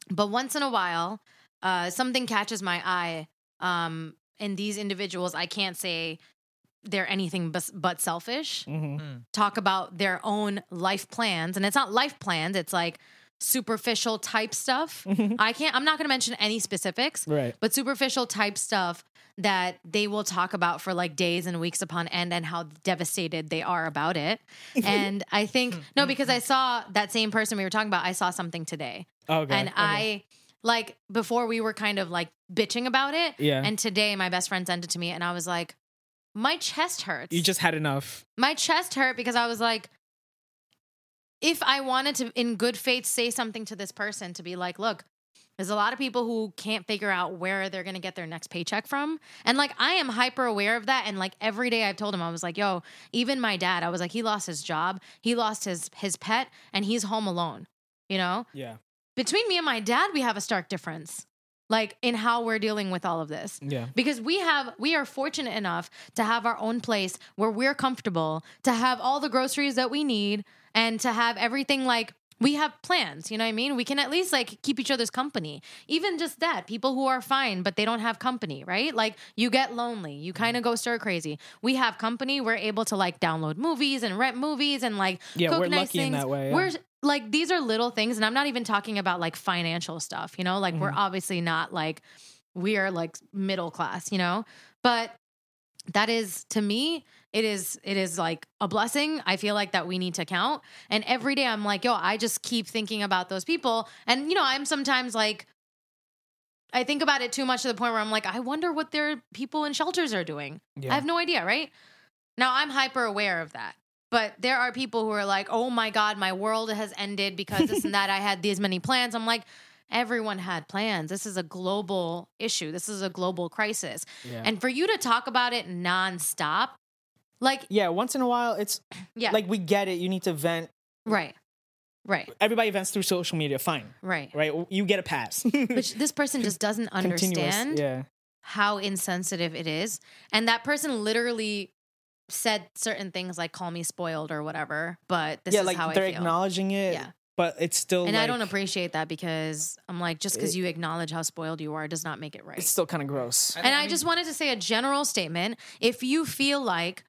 But once in a while, uh, something catches my eye. Um, and these individuals, I can't say they're anything bes- but selfish
Mhm.
talk about their own life plans and it's not life plans it's like superficial type stuff i can't i'm not going to mention any specifics
Right.
but superficial type stuff that they will talk about for like days and weeks upon end and how devastated they are about it and i think no because i saw that same person we were talking about i saw something today
Okay.
and I like before we were kind of like bitching about it.
Yeah.
And today my best friend sent it to me and I was like, my chest hurts.
you just had enough.
my chest hurt because I was like, if I wanted to in good faith say something to this person to be like, look, there's a lot of people who can't figure out where they're gonna get their next paycheck from. And like I am hyper aware of that. And like every day I've told him, I was like, yo, even my dad, I was like, he lost his job, he lost his his pet, and he's home alone. You know?
Yeah.
between me and my dad, we have a stark difference, like in how we're dealing with all of this.
Yeah.
Because we have, we are fortunate enough to have our own place where we're comfortable, to have all the groceries that we need, and to have everything like we have plans. You know what I mean? We can at least like keep each other's company. Even just that, people who are fine, but they don't have company, right? Like you get lonely, you
Mm-hmm.
kind of go stir crazy. We have company. We're able to like download movies and rent movies and like
Yeah,
cook
we're
nice
lucky in
things.
that way, yeah.
We're like these are little things and i'm not even talking about like financial stuff you know like we're
Mm-hmm.
obviously not like we are like middle class you know but that is to me it is it is like a blessing i feel like that we need to count and every day i'm like yo i just keep thinking about those people and you know i'm sometimes like i think about it too much to the point where i'm like i wonder what their people in shelters are doing
Yeah.
i have no idea right now i'm hyper aware of that but there are people who are like oh my god my world has ended because this and that i had these many plans i'm like everyone had plans this is a global issue this is a global crisis
Yeah.
and for you to talk about it nonstop, like
yeah. Once in a while, it's
yeah,
like we get it. You need to vent.
right, right,
Everybody vents through social media. Fine.
right.
Right. You get a pass.
[LAUGHS] But sh- this person just doesn't
[LAUGHS] Continuous.
understand
Yeah.
how insensitive it is, and that person literally said certain things like "call me spoiled" or whatever. But this
yeah.
is
Like
how I
they're
feel.
acknowledging it.
Yeah.
But it's still.
and I
like-
don't appreciate that because I'm like, just because you acknowledge how spoiled you are does not make it right.
It's still kind of gross.
And I just wanted to say a general statement. If you feel like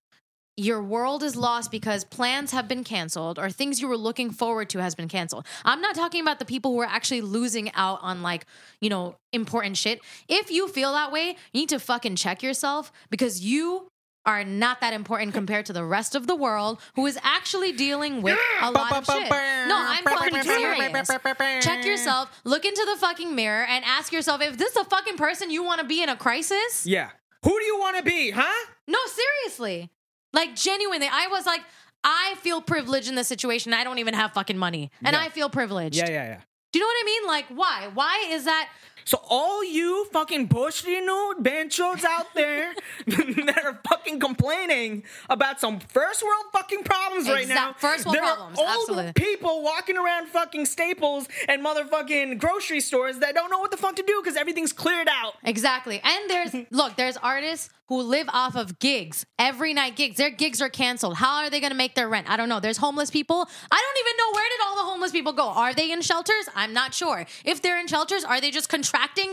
your world is lost because plans have been canceled or things you were looking forward to has been canceled. I'm not talking about the people who are actually losing out on like, you know, important shit. If you feel that way, you need to fucking check yourself because you are not that important compared to the rest of the world who is actually dealing with a lot of shit. No, I'm fucking serious. Check yourself, look into the fucking mirror and ask yourself if this is a fucking person you want to be in a crisis?
Yeah. Who do you want to be, huh?
No, seriously. Like genuinely, I was like, I feel privileged in this situation. I don't even have fucking money, and I feel privileged.
Yeah. Yeah. Yeah.
Do Do you know what I mean? Like, why? Why is that?
So all you fucking bush renewed banchos out
[LAUGHS]
[LAUGHS]
there that are fucking complaining about some first world fucking problems right now.
Exact- first world
there
problems,
Are old
absolutely.
people walking around fucking Staples and motherfucking grocery stores that don't know what the fuck to do because everything's cleared out.
Exactly.
[LAUGHS]
And there's look, there's artists who live off of gigs. Every night gigs. Their gigs are canceled. How are they going to make their rent? I don't know. There's homeless people. I don't even know where did all the homeless people go? Are they in shelters? I'm not sure. If they're in shelters, are they just contracting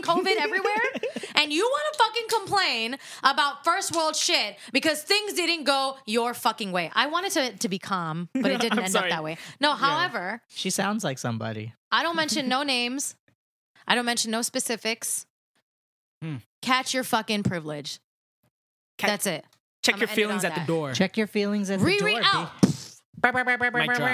[LAUGHS]
COVID everywhere? and you want to fucking complain about first world shit because things didn't go your fucking way. I wanted to to be calm,
[LAUGHS]
but it didn't
I'm
end
sorry.
up that way. No, however,
She sounds like somebody.
I don't mention no names. I don't mention no specifics. Catch your fucking privilege.
Catch-
That's it.
Check
I'm
your
ended
feelings
on
at the
that.
door.
Check your feelings at the door.
Riri
B.
out.
Brr, brr, brr, brr, brr,
Mic
brr,
drop.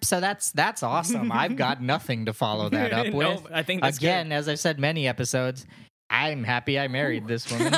brr. So that's that's awesome.
[LAUGHS]
I've got nothing to follow that up
No,
with.
I think that's
again, as I've said many episodes, I'm happy I married this woman.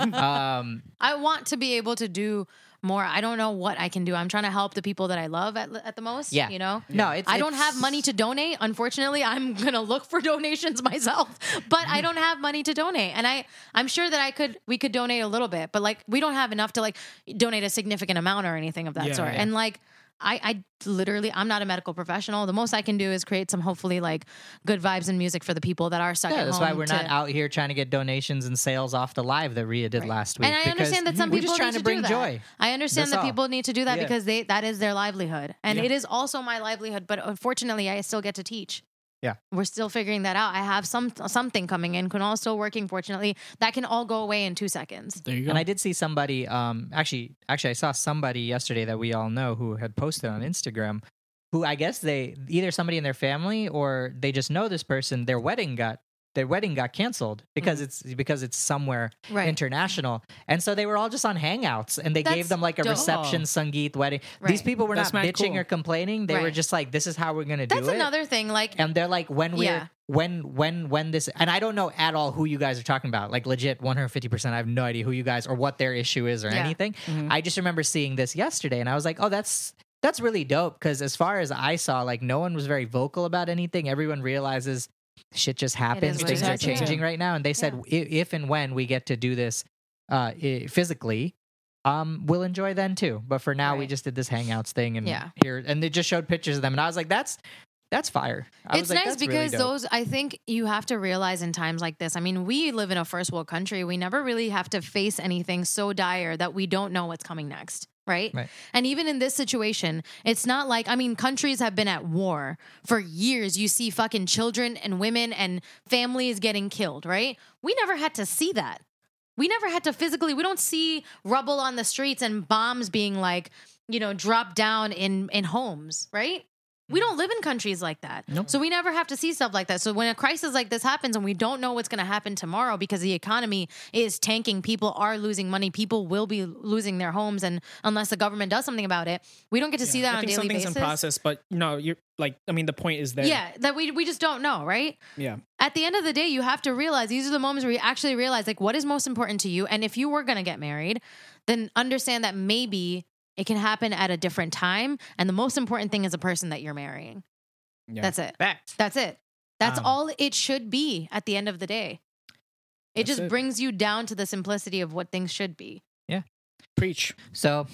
um,
I want to be able to do more. I don't know what I can do. I'm trying to help the people that I love at, at the most.
yeah,
You know?
no, it's,
I don't
it's-
have money to donate. Unfortunately, I'm [LAUGHS] gonna look for donations [LAUGHS] myself. But I don't have money to donate, and I I'm sure that I could we could donate a little bit, but like we don't have enough to like donate a significant amount or anything of that
Yeah,
sort.
yeah.
And like. I, I literally I'm not a medical professional. The most I can do is create some hopefully like good vibes and music for the people that are stuck
Yeah,
at
that's
home
why we're not
to-
out here trying to get donations and sales off the live that Ria did last week.
And I
because
understand that some
we're
people
just trying
need to,
to bring
do that.
joy.
I understand
That's
that
all.
people need to do that
Yeah.
because they that is their livelihood, and it is also my livelihood. But unfortunately, I still get to teach.
Yeah.
we're still figuring that out. I have some something coming in. Kunal's still working. Fortunately, that can all go away in two seconds.
There you go.
And I did see somebody. Um, actually, actually, I saw somebody yesterday that we all know who had posted on Instagram. Who I guess they either somebody in their family or they just know this person. Their wedding got their wedding got canceled because it's because it's somewhere
Mm-hmm. Right.
international, and so they were all just on Hangouts and they gave
That's
them like a
dope.
reception, sangeet, wedding. These
Right.
people were
That's
not
mad
bitching
cool.
or complaining. They were
Right.
just like, "This is how we're gonna
That's
do it."
another thing. Like,
and they're like when we're
Yeah.
when when when this and i don't know at all who you guys are talking about like legit 150% i have no idea who you guys or what their issue is or
Yeah. Mm-hmm.
anything i just remember seeing this yesterday and i was like oh that's that's really dope because as far as i saw like no one was very vocal about anything everyone realizes shit just happens
what
things
it
are
is,
yeah.
changing right now and they said "I- if and when we get to do this uh, i- physically um, we'll enjoy then too but for now we
Right.
just did this hangouts thing and
Yeah.
here and they just showed pictures of them and i was like that's that's fire. I
it's
was like,
nice
"That's really
because
dope."
those i think you have to realize in times like this i mean we live in a first world country we never really have to face anything so dire that we don't know what's coming next Right?
Right.
And even in this situation, it's not like, I mean, countries have been at war for years. You see fucking children and women and families getting killed, right? We never had to see that. We never had to physically, we don't see rubble on the streets and bombs being like, you know, dropped down in, in homes, right? We don't live in countries like that. So we never have to see stuff like that. So when a crisis like this happens and we don't know what's going to happen tomorrow because the economy is tanking, people are losing money, people will be losing their homes and unless the government does something about it, we don't get to see that
I
on a
think
daily
something's
basis.
in process, but no, you're like, I mean, the point is there.
Yeah, that we we just don't know, right?
Yeah.
At the end of the day, you have to realize these are the moments where you actually realize like what is most important to you. And if you were gonna get married, then understand that maybe it can happen at a different time. And the most important thing is the person that you're marrying.
Yeah.
That's it.
Fact.
That's it. That's
Um,
all it should be at the end of the day. It
That's
just
it.
brings you down to the simplicity of what things should be.
Preach.
So,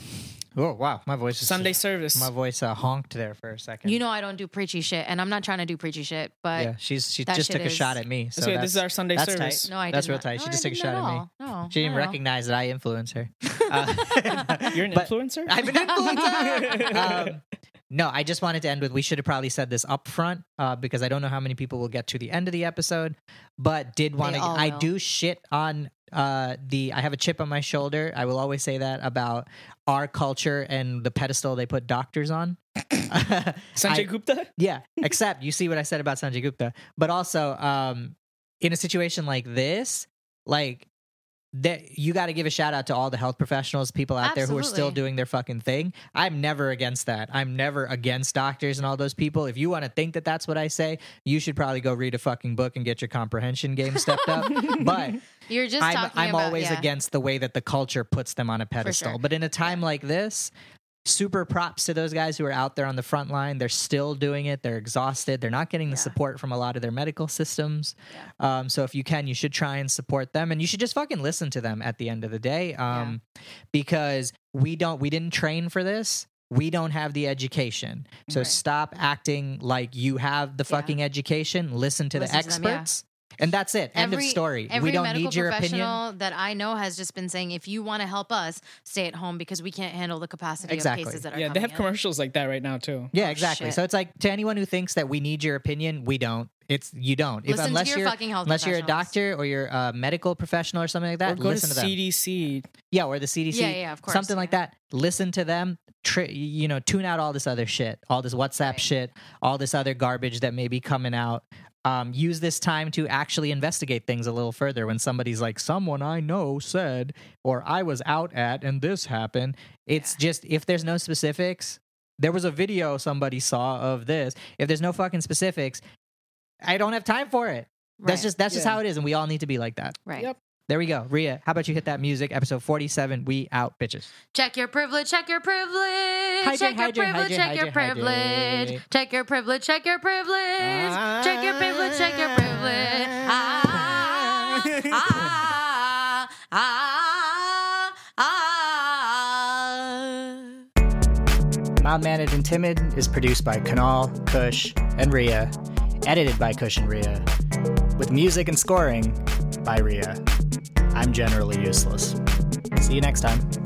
oh wow, my voice is
Sunday service.
My voice uh, honked there for a second.
You know, I don't do preachy shit, and I'm not trying to do preachy shit, but
yeah, she's she
that
just took
shit
a shot
is-
at me. So
That's okay,
that's,
this is our Sunday
that's
service.
tight.
no, I
That's
did
real
not.
tight. She
No,
just
I
took a shot
didn't
at me.
all. No,
She didn't
not at all.
recognize that I influence
[LAUGHS]
her. Uh, [LAUGHS]
You're an
but-
influencer?
I'm an influencer.
[LAUGHS]
um, no, I just wanted to end with we should have probably said this up front uh, because I don't know how many people will get to the end of the episode, but did want to.
all
I
will.
do shit on uh, the. I have a chip on my shoulder. I will always say that about our culture and the pedestal they put doctors
[LAUGHS]
on. [LAUGHS]
Sanjay
I-
Gupta?
Yeah, except you see what I said about Sanjay Gupta, but also um, in a situation like this, like that you got to give a shout out to all the health professionals, people out there who are still
Absolutely.
doing their fucking thing. I'm never against that. I'm never against doctors and all those people. If you want to think that that's what I say, you should probably go read a fucking book and get your comprehension game stepped up. but
You're just
I'm,
talking
I'm
about
always
yeah.
against the way that the culture puts them on a pedestal.
sure.
But in a time like this, super props to those guys who are out there on the front line. They're still doing it. They're exhausted. They're not getting the support from a lot of their medical systems. Um, so if you can, you should try and support them, and you should just fucking listen to them at the end of the day, um, because we don't we didn't train for this. We don't have the education. So
Right.
stop acting like you have the
Yeah.
fucking education. Listen to the
Listen to
experts.
them, yeah.
And that's it. End of story.
Every
we don't
medical
need your opinion.
professional that I know has just been saying, if you want to help us, stay at home because we can't handle the capacity
Exactly.
of cases that are
Yeah, they
coming
have
in.
commercials like that right now too.
Yeah, exactly.
shit.
So it's like to anyone who thinks that we need your opinion, we don't. It's you don't.
Listen to
unless
your
you're
fucking health
unless you're a
professionals.
doctor or you're a medical professional or something like
Or
that,
go
listen
to,
to, them.
CDC.
yeah, or the CDC.
Yeah, yeah, of course,
Something like
yeah.
that. Listen to them. Tri- you know, tune out all this other shit, all this WhatsApp
Right.
shit, all this other garbage that may be coming out. Um, use this time to actually investigate things a little further. When somebody's like, "Someone I know said," or "I was out at and this happened," it's just if there's no specifics. There was a video somebody saw of this. If there's no fucking specifics, I don't have time for it. That's
Right,
just that's just
Yeah.
how it is, and we all need to be like that.
right.
Yep.
There we go. Rhea, how about you hit that music? Episode 47. We out, bitches.
Check your privilege, check your privilege, check your
hydrate,
privilege,
hydrate,
check your
hydrate,
privilege,
hydrate.
check your privilege, check your privilege, check your privilege, check your privilege. Ah, ah, ah, ah.
Mild Mannered and Timid is produced by Kanal, Kush, and Rhea, edited by Kush and Rhea, with music and scoring by Rhea. I'm generally useless. See you next time.